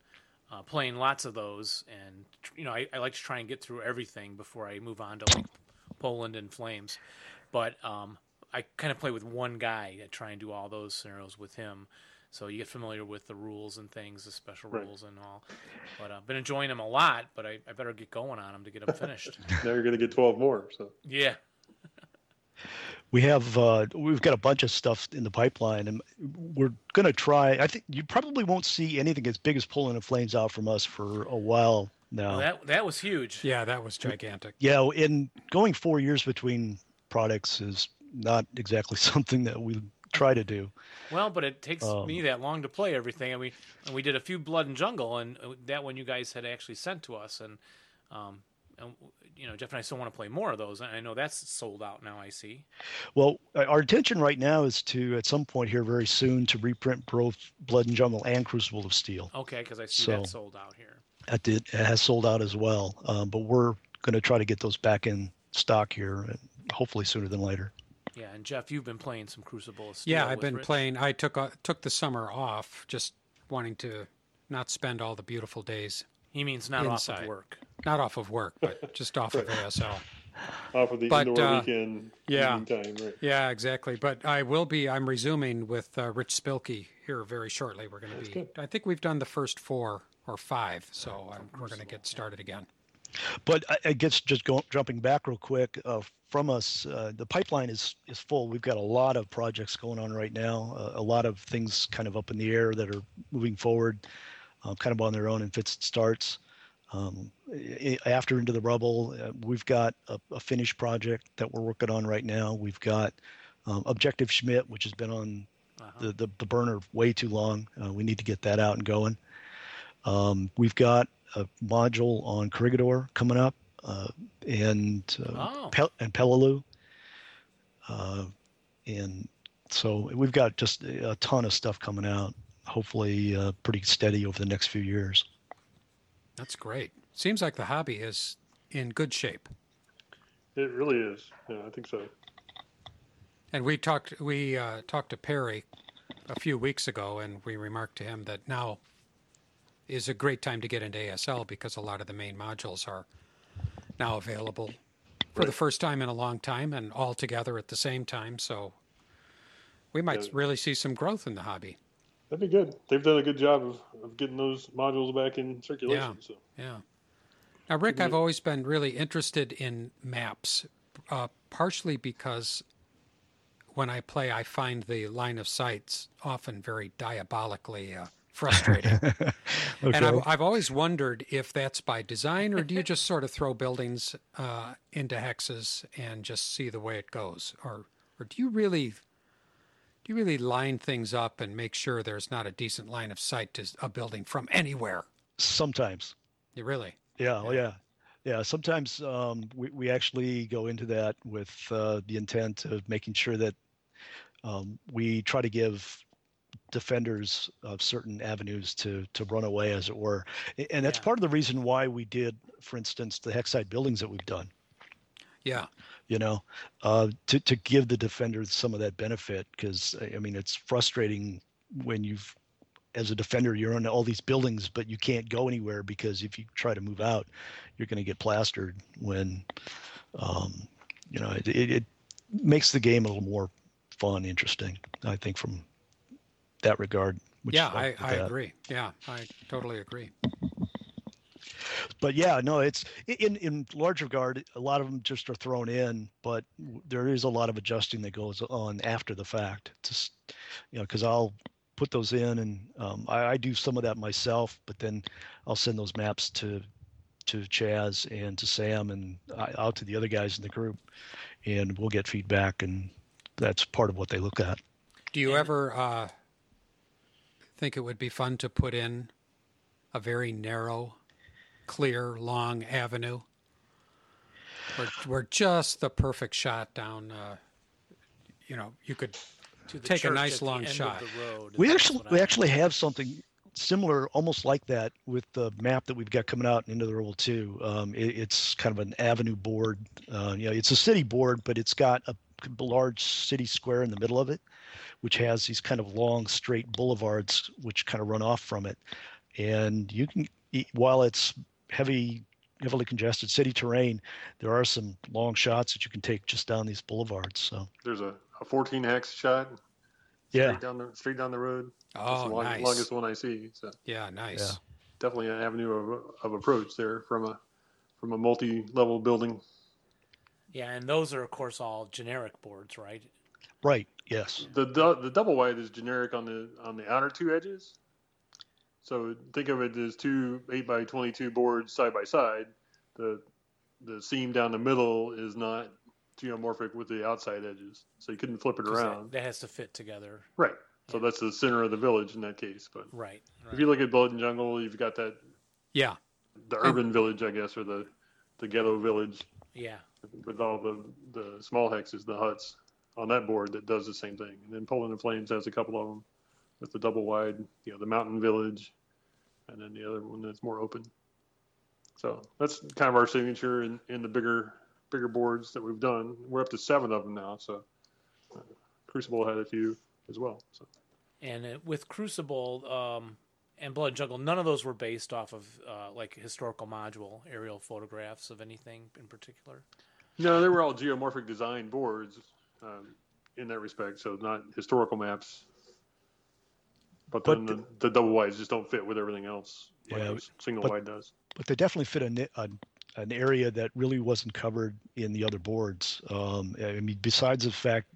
Speaker 3: uh, playing lots of those, and tr- you know, I, I like to try and get through everything before I move on to like Poland and Flames. But um, I kind of play with one guy. I try and do all those scenarios with him, so you get familiar with the rules and things, the special
Speaker 5: Right.
Speaker 3: rules and all. But I've been enjoying them a lot. But I, I better get going on them to get them finished.
Speaker 5: now you're going to get 12 more. So
Speaker 3: yeah.
Speaker 6: We have uh, we've got a bunch of stuff in the pipeline, and we're going to try. I think you probably won't see anything as big as pulling the flames out from us for a while now.
Speaker 3: Well, that that was huge.
Speaker 2: Yeah, that
Speaker 6: Mm.
Speaker 2: was gigantic.
Speaker 6: yeah, and going four years between products is not exactly something that we try to do.
Speaker 3: Well, but it takes
Speaker 6: Um,
Speaker 3: me that long to play everything, and we and we did a few Blood and Jungle, and uh, that one you guys had actually sent to us, and um, and you know Jeff and I still want to play more of those, and I know that's sold out now. I see.
Speaker 6: Well, uh, our intention right now is to, at some point here very soon, to reprint both Blood and Jungle and Crucible of Steel.
Speaker 3: Okay, because I see
Speaker 6: So-
Speaker 3: that sold out here.
Speaker 6: That did it has sold out as well, um, but we're going to try to get those back in stock here, and hopefully sooner than later.
Speaker 3: Yeah, and Jeff, you've been playing some Crucible. Of Steel
Speaker 2: Yeah, I've
Speaker 3: with
Speaker 2: been
Speaker 3: Rich.
Speaker 2: playing. I took uh, took the summer off, just wanting to not spend all the beautiful days,
Speaker 3: He means not off
Speaker 2: Inside.
Speaker 3: of work.
Speaker 2: not off of work, but just off of ASL.
Speaker 5: off of the
Speaker 2: But,
Speaker 5: indoor
Speaker 2: uh,
Speaker 5: weekend
Speaker 2: yeah.
Speaker 5: evening time, right?
Speaker 2: Yeah, exactly. But I will be. I'm resuming with uh, Rich Spilkey here very shortly. We're going to be. I think we've done the first four or five, so um, we're going to get started again.
Speaker 6: But I, I guess just go, jumping back real quick uh, from us, uh, the pipeline is is full. We've got a lot of projects going on right now, uh, a lot of things kind of up in the air that are moving forward, uh, kind of on their own in fits and starts. Um, i- i- after Into the Rubble, uh, we've got a, a finished project that we're working on right now. We've got um, Objective Schmidt, which has been on
Speaker 3: Uh-huh.
Speaker 6: the, the, the burner way too long. Uh, we need to get that out and going. Um, we've got a module on Corregidor coming up, uh, and uh,
Speaker 3: Oh.
Speaker 6: Pel- and Peleliu. Uh, and so we've got just a ton of stuff coming out, hopefully uh, pretty steady over the next few years.
Speaker 2: That's great. Seems like the hobby is in good shape.
Speaker 5: It really is. Yeah, I think so.
Speaker 2: And we talked we uh, talked to Perry a few weeks ago, and we remarked to him that now is a great time to get into ASL because a lot of the main modules are now available for the first time in a long time and all together at the same time. So we might
Speaker 5: Yeah.
Speaker 2: really see some growth in the hobby.
Speaker 5: That'd be good. They've done a good job of, of getting those modules back in circulation. So
Speaker 2: Yeah. Now, Rick, I've always been really interested in maps, uh, partially because when I play, I find the line of sights often very diabolically uh, frustrating.
Speaker 6: Okay.
Speaker 2: And I've, I've always wondered if that's by design or do you just sort of throw buildings uh, into hexes and just see the way it goes, or or do you really do you really line things up and make sure there's not a decent line of sight to s- a building from anywhere?
Speaker 6: Sometimes.
Speaker 2: You really?
Speaker 6: Yeah, oh, yeah, yeah. Sometimes um, we we actually go into that with uh, the intent of making sure that um, we try to give defenders of certain avenues to to run away, as it were. A- And that's
Speaker 2: Yeah.
Speaker 6: part of the reason why we did, for instance, the hexide buildings that we've done.
Speaker 2: Yeah.
Speaker 6: You know, uh, to to give the defenders some of that benefit, because I I mean, it's frustrating when you've as a defender, you're on all these buildings, but you can't go anywhere because if you try to move out, you're going to get plastered. When, um, you know, it, it, it makes the game a little more fun, interesting. I think from that regard. which
Speaker 2: yeah,
Speaker 6: is
Speaker 2: I,
Speaker 6: like
Speaker 2: I
Speaker 6: that.
Speaker 2: agree. Yeah, I totally agree.
Speaker 6: But yeah, no, it's in in large regard. A lot of them just are thrown in, but there is a lot of adjusting that goes on after the fact. Just you know, because I'll put those in, and um, I, I do some of that myself. But then I'll send those maps to to Chaz and to Sam and I, out to the other guys in the group, and we'll get feedback, and that's part of what they look at.
Speaker 2: Do you ever uh, think it would be fun to put in a very narrow, clear, long avenue where, where just the perfect shot down, uh, you know, you could
Speaker 3: To the
Speaker 2: Take a
Speaker 3: church
Speaker 2: nice
Speaker 3: at the
Speaker 2: long
Speaker 3: end of
Speaker 2: shot.
Speaker 3: the road,
Speaker 6: We
Speaker 3: that's
Speaker 6: actually
Speaker 3: what
Speaker 6: we
Speaker 3: I-
Speaker 6: actually have something similar, almost like that, with the map that we've got coming out in Into the World Two. Um, it, it's kind of an avenue board. Uh, you know, it's a city board, but it's got a large city square in the middle of it, which has these kind of long, straight boulevards which kind of run off from it. And you can, e, while it's heavy, heavily congested city terrain, there are some long shots that you can take just down these boulevards. So
Speaker 5: there's a, a 14 hex shot
Speaker 6: yeah,
Speaker 5: straight down the straight down the road. That's
Speaker 2: oh
Speaker 5: the long,
Speaker 2: nice
Speaker 5: longest one I see. So
Speaker 2: yeah nice
Speaker 5: definitely an avenue of, of approach there from a from a multi-level building.
Speaker 3: Yeah, and those are of course all generic boards, right?
Speaker 6: right, yes,
Speaker 5: The du- the double wide is generic on the on the outer two edges. So think of it as two eight by twenty two boards side by side. The the seam down the middle is not geomorphic with the outside edges, so you couldn't flip it
Speaker 3: 'Cause that-
Speaker 5: around.
Speaker 3: That, has to fit together.
Speaker 5: Right. So that's the center of the village in that case. But
Speaker 3: Right. right.
Speaker 5: if you look at Blood and Jungle, you've got that
Speaker 2: yeah
Speaker 5: the urban village, I guess, or the the ghetto village
Speaker 3: yeah.
Speaker 5: with all the the small hexes, the huts on that board that does the same thing. And then Poland and Flames has a couple of them with the double wide, you know, the mountain village, and then the other one that's more open. So that's kind of our signature in, in the bigger bigger boards that we've done. We're up to seven of them now. So uh, Crucible had a few as well. So
Speaker 3: And it, with Crucible um, and Blood and Jungle, none of those were based off of uh, like historical module aerial photographs of anything in particular.
Speaker 5: no, they were all geomorphic design boards um, in that respect. So not historical maps. But then
Speaker 6: But
Speaker 5: the, the double wides just don't fit with everything else. Like
Speaker 6: Yeah,
Speaker 5: yeah, single
Speaker 6: but-
Speaker 5: wide does.
Speaker 6: but they definitely fit a, ni- a, an area that really wasn't covered in the other boards. Um, I mean, besides the fact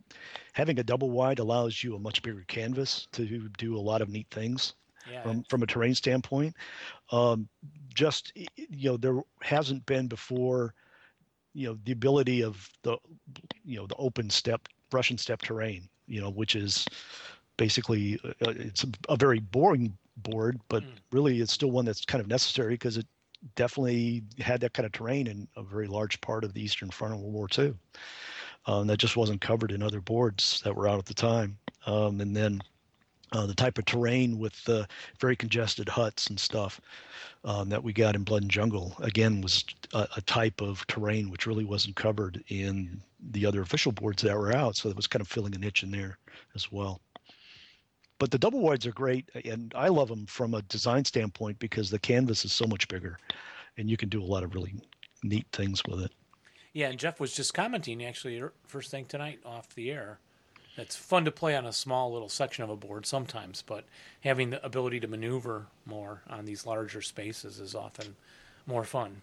Speaker 6: having a double wide allows you a much bigger canvas to do a lot of neat things
Speaker 3: Yeah.
Speaker 6: from, from a terrain standpoint. Um, just y- y- you know, there hasn't been before. You know, the ability of the you know the open step Russian step terrain. You know, which is basically uh, uh, it's a, a very boring board, but
Speaker 3: Mm.
Speaker 6: really it's still one that's kind of necessary because it definitely had that kind of terrain in a very large part of the eastern front of World War II. um, that just wasn't covered in other boards that were out at the time. Um, and then uh, the type of terrain with the very congested huts and stuff um, that we got in Blood and Jungle again was a, a type of terrain which really wasn't covered in the other official boards that were out, so it was kind of filling a niche in there as well. But the double wides are great, and I love them from a design standpoint because the canvas is so much bigger, and you can do a lot of really neat things with it.
Speaker 3: Yeah, and Jeff was just commenting actually er- first thing tonight off the air. It's fun to play on a small little section of a board sometimes, but having the ability to maneuver more on these larger spaces is often more fun.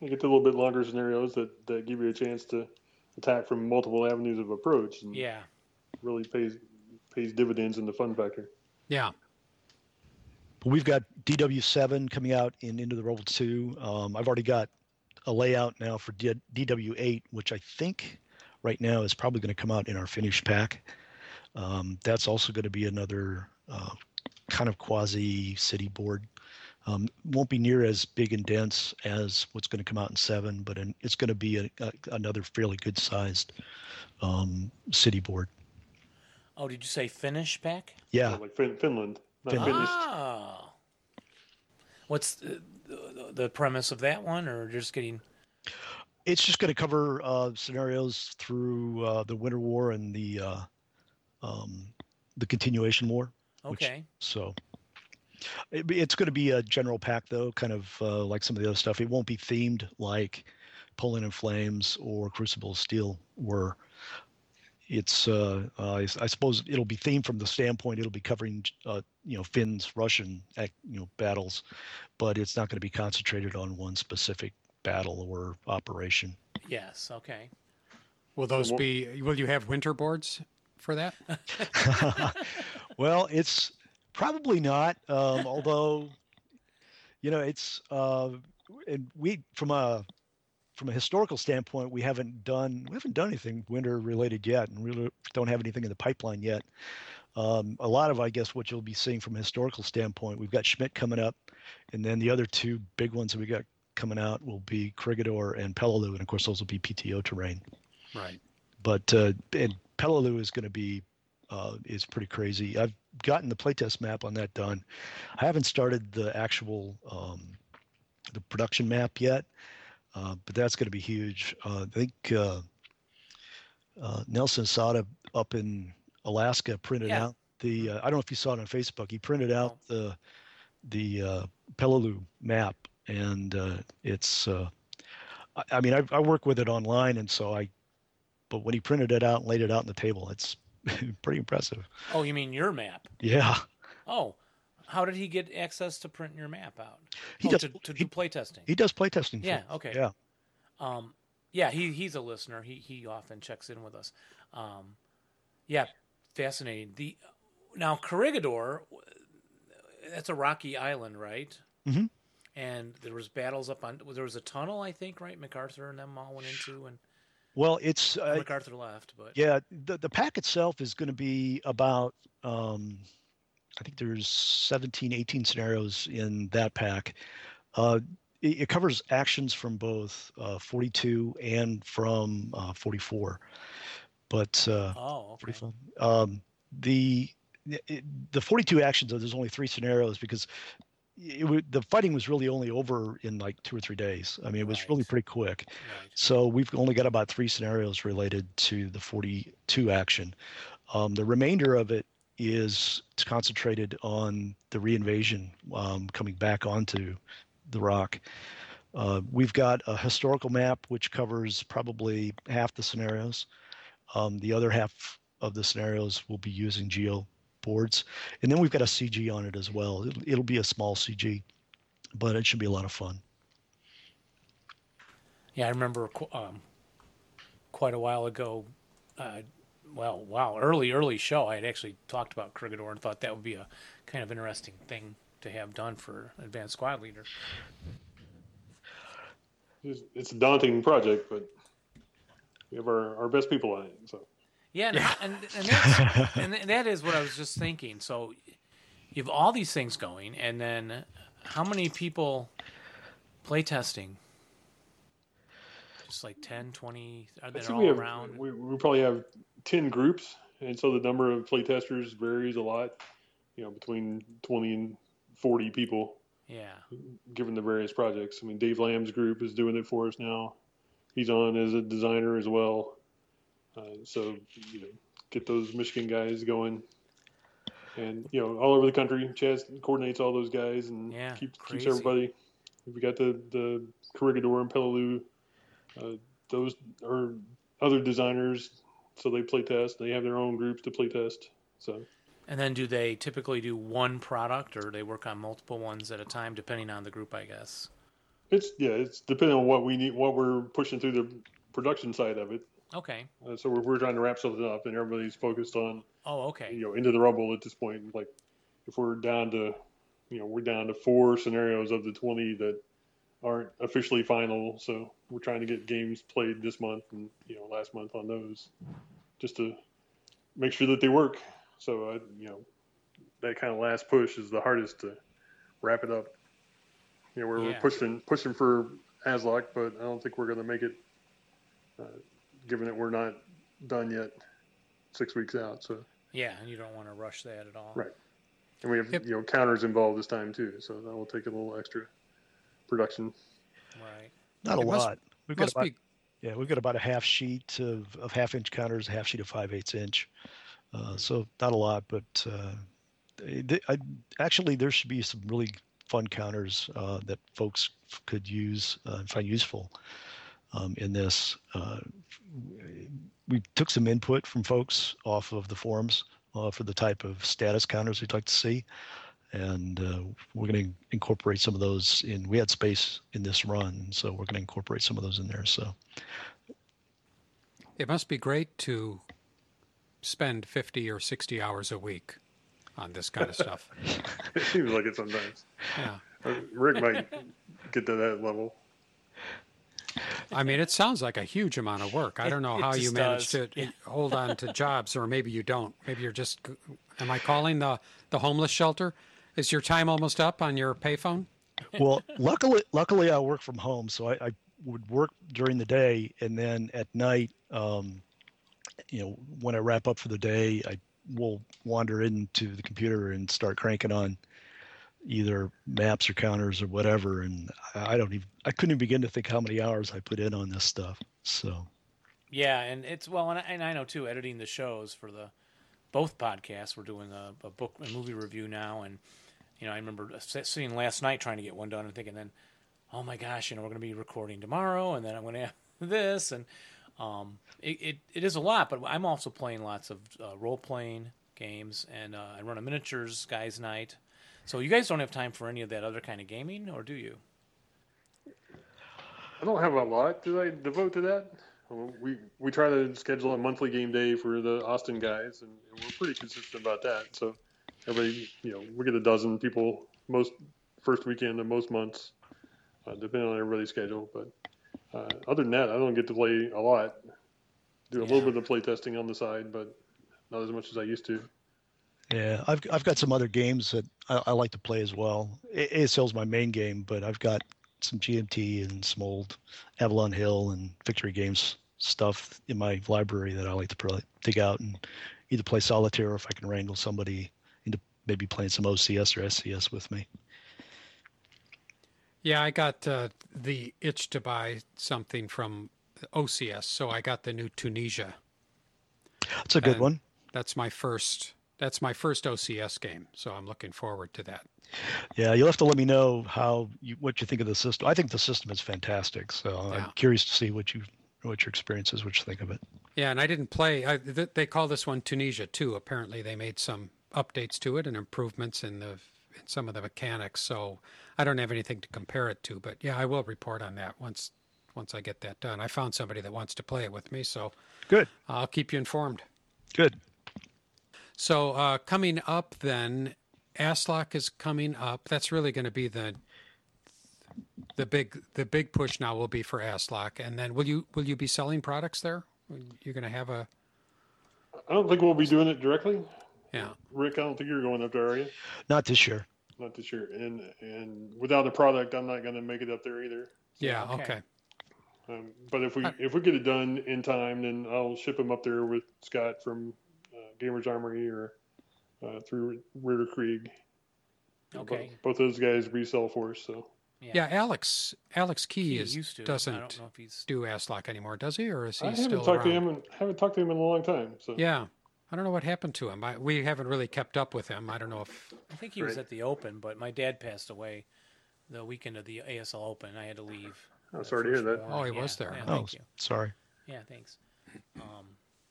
Speaker 5: You get the little bit longer scenarios that, that give you a chance to attack from multiple avenues of approach, and
Speaker 3: Yeah.
Speaker 5: really pays pays dividends in the fun factor.
Speaker 2: Yeah.
Speaker 6: But we've got DW7 coming out in Into the Rebel 2. Um, I've already got a layout now for D- DW8, which I think right now is probably going to come out in our finished pack. Um, that's also going to be another uh, kind of quasi city board. Um, won't be near as big and dense as what's going to come out in seven, but in, it's going to be a, a, another fairly good sized um, city board.
Speaker 3: Oh, did you say finish pack?
Speaker 6: Yeah,
Speaker 5: like fin- Finland, not
Speaker 6: Finland.
Speaker 5: Finnish.
Speaker 3: Ah. What's the, the, the premise of that one, or just getting?
Speaker 6: it's just going to cover uh, scenarios through uh, the Winter War and the uh, um, the continuation war. Which-
Speaker 3: Okay.
Speaker 6: So it, it's going to be a general pack, though, kind of uh, like some of the other stuff. It won't be themed like Poland in Flames or Crucible of Steel were. It's uh, uh, I, s- I suppose it'll be themed from the standpoint it'll be covering uh, you know Finns Russian ac- you know battles, but it's not going to be concentrated on one specific battle or operation.
Speaker 3: Yes. Okay.
Speaker 2: Will those be? Will you have winter boards for that?
Speaker 6: well, it's probably not. Um, although, you know, it's uh, and we from a from a historical standpoint, we haven't done we haven't done anything winter related yet, and really don't have anything in the pipeline yet. Um, a lot of, I guess, what you'll be seeing from a historical standpoint, we've got Schmidt coming up, and then the other two big ones that we got coming out will be Corregidor and Peleliu, and of course those will be PTO terrain
Speaker 2: Right.
Speaker 6: but uh, and Peleliu is going to be uh, is pretty crazy. I've gotten the playtest map on that done. I haven't started the actual um, the production map yet, uh, but that's going to be huge. Uh, I think uh, uh, Nelson Sada up in Alaska printed
Speaker 3: Yeah.
Speaker 6: out the. Uh, I don't know if you saw it on Facebook. He printed out the the uh, Peleliu map, and uh, it's. Uh, I, I mean, I, I work with it online, and so I but when he printed it out and laid it out on the table, it's pretty impressive.
Speaker 3: Oh, you mean your map?
Speaker 6: Yeah,
Speaker 3: Oh, how did he get access to print your map out?
Speaker 6: He
Speaker 3: oh,
Speaker 6: does-
Speaker 3: to, to do
Speaker 6: he-
Speaker 3: playtesting.
Speaker 6: he does playtesting. for
Speaker 3: Yeah,
Speaker 6: us.
Speaker 3: okay.
Speaker 6: Yeah,
Speaker 3: Um, yeah, he he's a listener. He he often checks in with us. Um, yeah, fascinating. The now Corregidor, that's a rocky island, right?
Speaker 6: Mhm.
Speaker 3: And there was battles up on. There was a tunnel, I think, right? MacArthur and them all went into, and
Speaker 6: well, it's uh,
Speaker 3: MacArthur left. But
Speaker 6: yeah. The the pack itself is going to be about. Um, I think there's 17, 18 scenarios in that pack. Uh, it, it covers actions from both uh, 42 and from uh, 44, but uh,
Speaker 3: oh, okay.
Speaker 6: pretty fun. Um, the it, the 42 actions though, there's only three scenarios because it, wa- the fighting was really only over in like two or three days. I mean, it was
Speaker 3: Right.
Speaker 6: really pretty quick.
Speaker 3: Right.
Speaker 6: So we've only got about three scenarios related to the 42 action. Um, the remainder of it is concentrated on the reinvasion um, coming back onto the rock. Uh, we've got a historical map which covers probably half the scenarios. Um, the other half of the scenarios will be using geo boards, and then we've got a CG on it as well. It'll, it'll be a small CG, but it should be a lot of fun.
Speaker 3: Yeah, I remember qu- um, quite a while ago. Uh, well, wow, early, early show. I had actually talked about Corregidor and thought that would be a kind of interesting thing to have done for advanced squad leader.
Speaker 5: It's, it's a daunting project, but we have our, our best people on it. So
Speaker 3: Yeah, and, and, and, that's, and th- that is what I was just thinking. So you have all these things going, and then how many people play testing? Just like 10, 20, are
Speaker 5: I
Speaker 3: they
Speaker 5: think
Speaker 3: all
Speaker 5: we have
Speaker 3: around?
Speaker 5: we, we probably have ten groups, and so the number of playtesters varies a lot. You know, between twenty and forty people,
Speaker 3: yeah.
Speaker 5: given the various projects. I mean, Dave Lamb's group is doing it for us now. He's on as a designer as well. Uh, so you know, get those Michigan guys going, and you know, all over the country. Chaz coordinates all those guys and
Speaker 3: Yeah,
Speaker 5: keeps
Speaker 3: crazy.
Speaker 5: keeps everybody. We got the the Corregidor and Peleliu. Uh, those are other designers, so they play test. They have their own groups to play test. So
Speaker 3: And then do they typically do one product or they work on multiple ones at a time depending on the group, I guess?
Speaker 5: it's yeah, it's depending on what we need, what we're pushing through the production side of it.
Speaker 3: Okay.
Speaker 5: Uh, so we're, we're trying to wrap something up, and everybody's focused on
Speaker 3: Oh, okay.
Speaker 5: you know into the rubble at this point. Like if we're down to you know we're down to four scenarios of the twenty that aren't officially final, so we're trying to get games played this month and you know last month on those, just to make sure that they work. So I you know that kind of last push is the hardest to wrap it up. You know we're, we're
Speaker 3: Yeah.
Speaker 5: pushing pushing for Aslock, but I don't think we're going to make it, uh, given that we're not done yet, six weeks out. So.
Speaker 3: Yeah, and you don't want to rush that at all.
Speaker 5: Right. And we have
Speaker 2: Yep.
Speaker 5: you know counters involved this time too, so that will take a little extra production.
Speaker 3: Right.
Speaker 6: Not a
Speaker 2: It must-
Speaker 6: lot. We've got
Speaker 2: Must
Speaker 6: about,
Speaker 2: be
Speaker 6: yeah, we've got about a half sheet of, of half inch counters, a half sheet of five eighths inch. Uh, so not a lot, but uh, they, they- I, actually there should be some really fun counters uh, that folks f- could use uh, and find useful um, in this. Uh, we took some input from folks off of the forums uh, for the type of status counters we'd like to see. And uh, we're going to incorporate some of those in. We had space in this run, so we're going to incorporate some of those in there. So
Speaker 2: it must be great to spend 50 or 60 hours a week on this kind of stuff.
Speaker 5: it seems like it sometimes.
Speaker 2: Yeah.
Speaker 5: Uh, Rick might get to that level.
Speaker 2: I mean, it sounds like a huge amount of work. I don't know
Speaker 3: It- it
Speaker 2: how you
Speaker 3: just
Speaker 2: manage
Speaker 3: does.
Speaker 2: to hold on to jobs, or maybe you don't. Maybe you're just. Am I calling the the homeless shelter? Is your time almost up on your payphone?
Speaker 6: well, luckily, luckily I work from home, so I, I would work during the day, and then at night, um, you know, when I wrap up for the day, I will wander into the computer and start cranking on either maps or counters or whatever. And I I don't even, I couldn't even begin to think how many hours I put in on this stuff. So
Speaker 3: Yeah, and it's well, and I, and I know too. Editing the shows for the both podcasts, we're doing a, a book a movie review now, and you know, I remember s- sitting last night trying to get one done and thinking, then, oh my gosh, you know, we're going to be recording tomorrow, and then I'm going to have this, and um, it, it it is a lot, but I'm also playing lots of uh, role playing games, and uh, I run a miniatures guys night. So you guys don't have time for any of that other kind of gaming, or do you?
Speaker 5: I don't have a lot that I devote to that. Well, We we try to schedule a monthly game day for the Austin guys, and, and we're pretty consistent about that. So everybody, you know, we get a dozen people most first weekend of most months, uh, depending on everybody's schedule. But uh, other than that, I don't get to play a lot. Do a
Speaker 3: Yeah.
Speaker 5: little bit of play testing on the side, but not as much as I used to.
Speaker 6: yeah, I've, I've got some other games that I, I like to play as well. A- ASL's my main game, but I've got some GMT and some old Avalon Hill and Victory Games stuff in my library that I like to probably dig out and either play solitaire or if I can wrangle somebody into maybe playing some OCS or SCS with me.
Speaker 2: Yeah, I got uh, the itch to buy something from OCS, so I got the new Tunisia.
Speaker 6: That's a good
Speaker 2: And-
Speaker 6: one.
Speaker 2: That's my first. That's my first OCS game, so I'm looking forward to that.
Speaker 6: Yeah, you'll have to let me know how you what you think of the system. I think the system is fantastic, so
Speaker 2: Yeah.
Speaker 6: I'm curious to see what you what your experience is, what you think of it.
Speaker 2: Yeah, and I didn't play. I, th- they call this one Tunisia too. Apparently, they made some updates to it and improvements in the in some of the mechanics. So I don't have anything to compare it to, but yeah, I will report on that once once I get that done. I found somebody that wants to play it with me, so
Speaker 6: Good,
Speaker 2: I'll keep you informed.
Speaker 6: good.
Speaker 2: So uh, coming up then, Aslock is coming up. That's really going to be the the big the big push now will be for Aslock, and then will you will you be selling products there? You're going to have a
Speaker 5: I don't think we'll be doing it directly.
Speaker 2: yeah.
Speaker 5: Rick, I don't think you're going up there, are you?
Speaker 6: Not this year.
Speaker 5: Not this year. And and without a product, I'm not going to make it up there either.
Speaker 2: Yeah,
Speaker 3: okay.
Speaker 2: okay.
Speaker 5: Um, but if we if we get it done in time, then I'll ship him up there with Scott from uh, Gamers Armory or uh, through Ritter Krieg.
Speaker 3: Okay.
Speaker 5: Both, both those guys resell for us, so
Speaker 2: Yeah, Alex Alex Key
Speaker 3: He
Speaker 2: is
Speaker 3: used to. I
Speaker 2: doesn't
Speaker 3: don't know if he's.
Speaker 2: do Aslock anymore, does he? Or is he
Speaker 5: I haven't
Speaker 2: still
Speaker 5: talked to
Speaker 2: around?
Speaker 5: him. In, haven't talked to him in a long time. So
Speaker 2: Yeah. I don't know what happened to him. I, we haven't really kept up with him. I don't know if
Speaker 3: I think he was at the Open, but my dad passed away the weekend of the ASL Open. I had to leave.
Speaker 5: I'm
Speaker 3: the
Speaker 5: sorry to hear
Speaker 3: first
Speaker 5: that.
Speaker 3: round.
Speaker 2: Oh, he was
Speaker 3: Yeah,
Speaker 2: there,
Speaker 3: yeah,
Speaker 2: huh?
Speaker 6: Oh,
Speaker 3: thank you.
Speaker 6: sorry.
Speaker 3: Yeah, thanks. Um,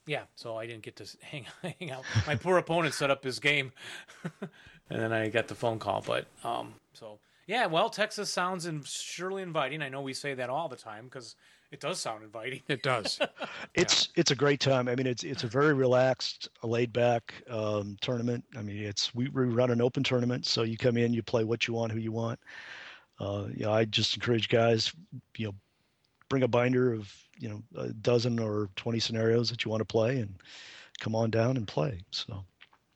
Speaker 3: yeah, so I didn't get to s- hang hang out. My poor opponent set up his game, and then I got the phone call. But um, so yeah, well, Texas sounds in, surely inviting. I know we say that all the time because it does sound inviting.
Speaker 2: it does.
Speaker 6: It's it's a great time. I mean, it's it's a very relaxed, laid back um, tournament. I mean, it's we, we run an open tournament, so you come in, you play what you want, who you want. Uh, you know, I just encourage guys, you know, bring a binder of you know a dozen or twenty scenarios that you want to play, and come on down and play. So,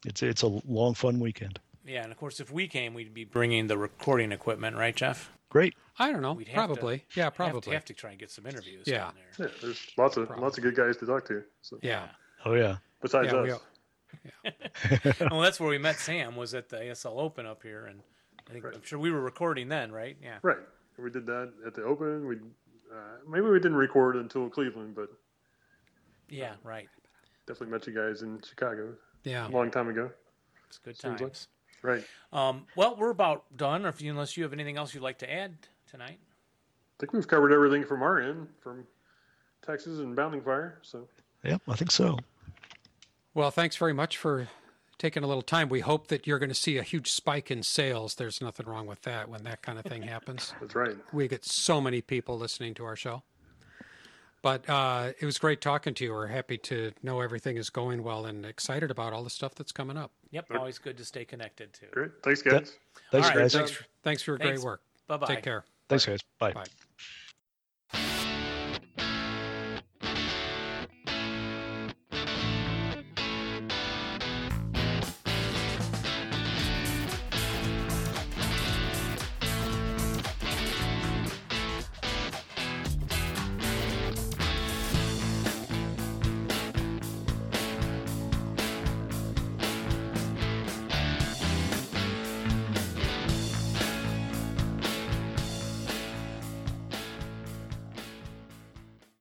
Speaker 6: it's it's a long, fun weekend.
Speaker 3: Yeah, and of course, if we came, we'd be bringing the recording equipment, right, Jeff?
Speaker 6: Great.
Speaker 2: I don't know.
Speaker 3: We'd have to-
Speaker 2: probably. yeah,
Speaker 3: Have to-
Speaker 2: probably.
Speaker 3: have to try and get some interviews.
Speaker 2: Yeah.
Speaker 3: down there.
Speaker 5: yeah, there's lots of lots of good guys to talk to. So
Speaker 2: yeah.
Speaker 6: Oh yeah.
Speaker 5: besides
Speaker 2: Yeah, we
Speaker 5: us,
Speaker 2: are-
Speaker 3: well, that's where we met Sam. Was at the ASL Open up here, and I think I'm sure we were recording then, right? Yeah.
Speaker 5: right? We did that at the Open. We uh, maybe we didn't record until Cleveland, but
Speaker 3: Yeah. Right.
Speaker 5: definitely met you guys in Chicago
Speaker 2: Yeah.
Speaker 5: a long time ago.
Speaker 3: It's good
Speaker 5: Seems like-
Speaker 3: times.
Speaker 5: Right.
Speaker 3: Um, well, we're about done. Or if you, unless you have anything else you'd like to add tonight.
Speaker 5: I think we've covered everything from our end, from Texas and Bounding Fire. So
Speaker 6: Yep. I think so.
Speaker 2: Well, thanks very much for taking a little time. We hope that you're going to see a huge spike in sales. There's nothing wrong with that when that kind of thing happens.
Speaker 5: that's right.
Speaker 2: We get so many people listening to our show. But uh, it was great talking to you. We're happy to know everything is going well and excited about all the stuff that's coming up.
Speaker 3: Yep, always good to stay connected too.
Speaker 5: Great. Thanks, guys.
Speaker 6: Thanks,
Speaker 3: All right,
Speaker 6: guys.
Speaker 2: Thanks, thanks for your
Speaker 3: Thanks.
Speaker 2: great work.
Speaker 3: Bye bye.
Speaker 2: Take care.
Speaker 6: Thanks, guys. Bye.
Speaker 2: Bye.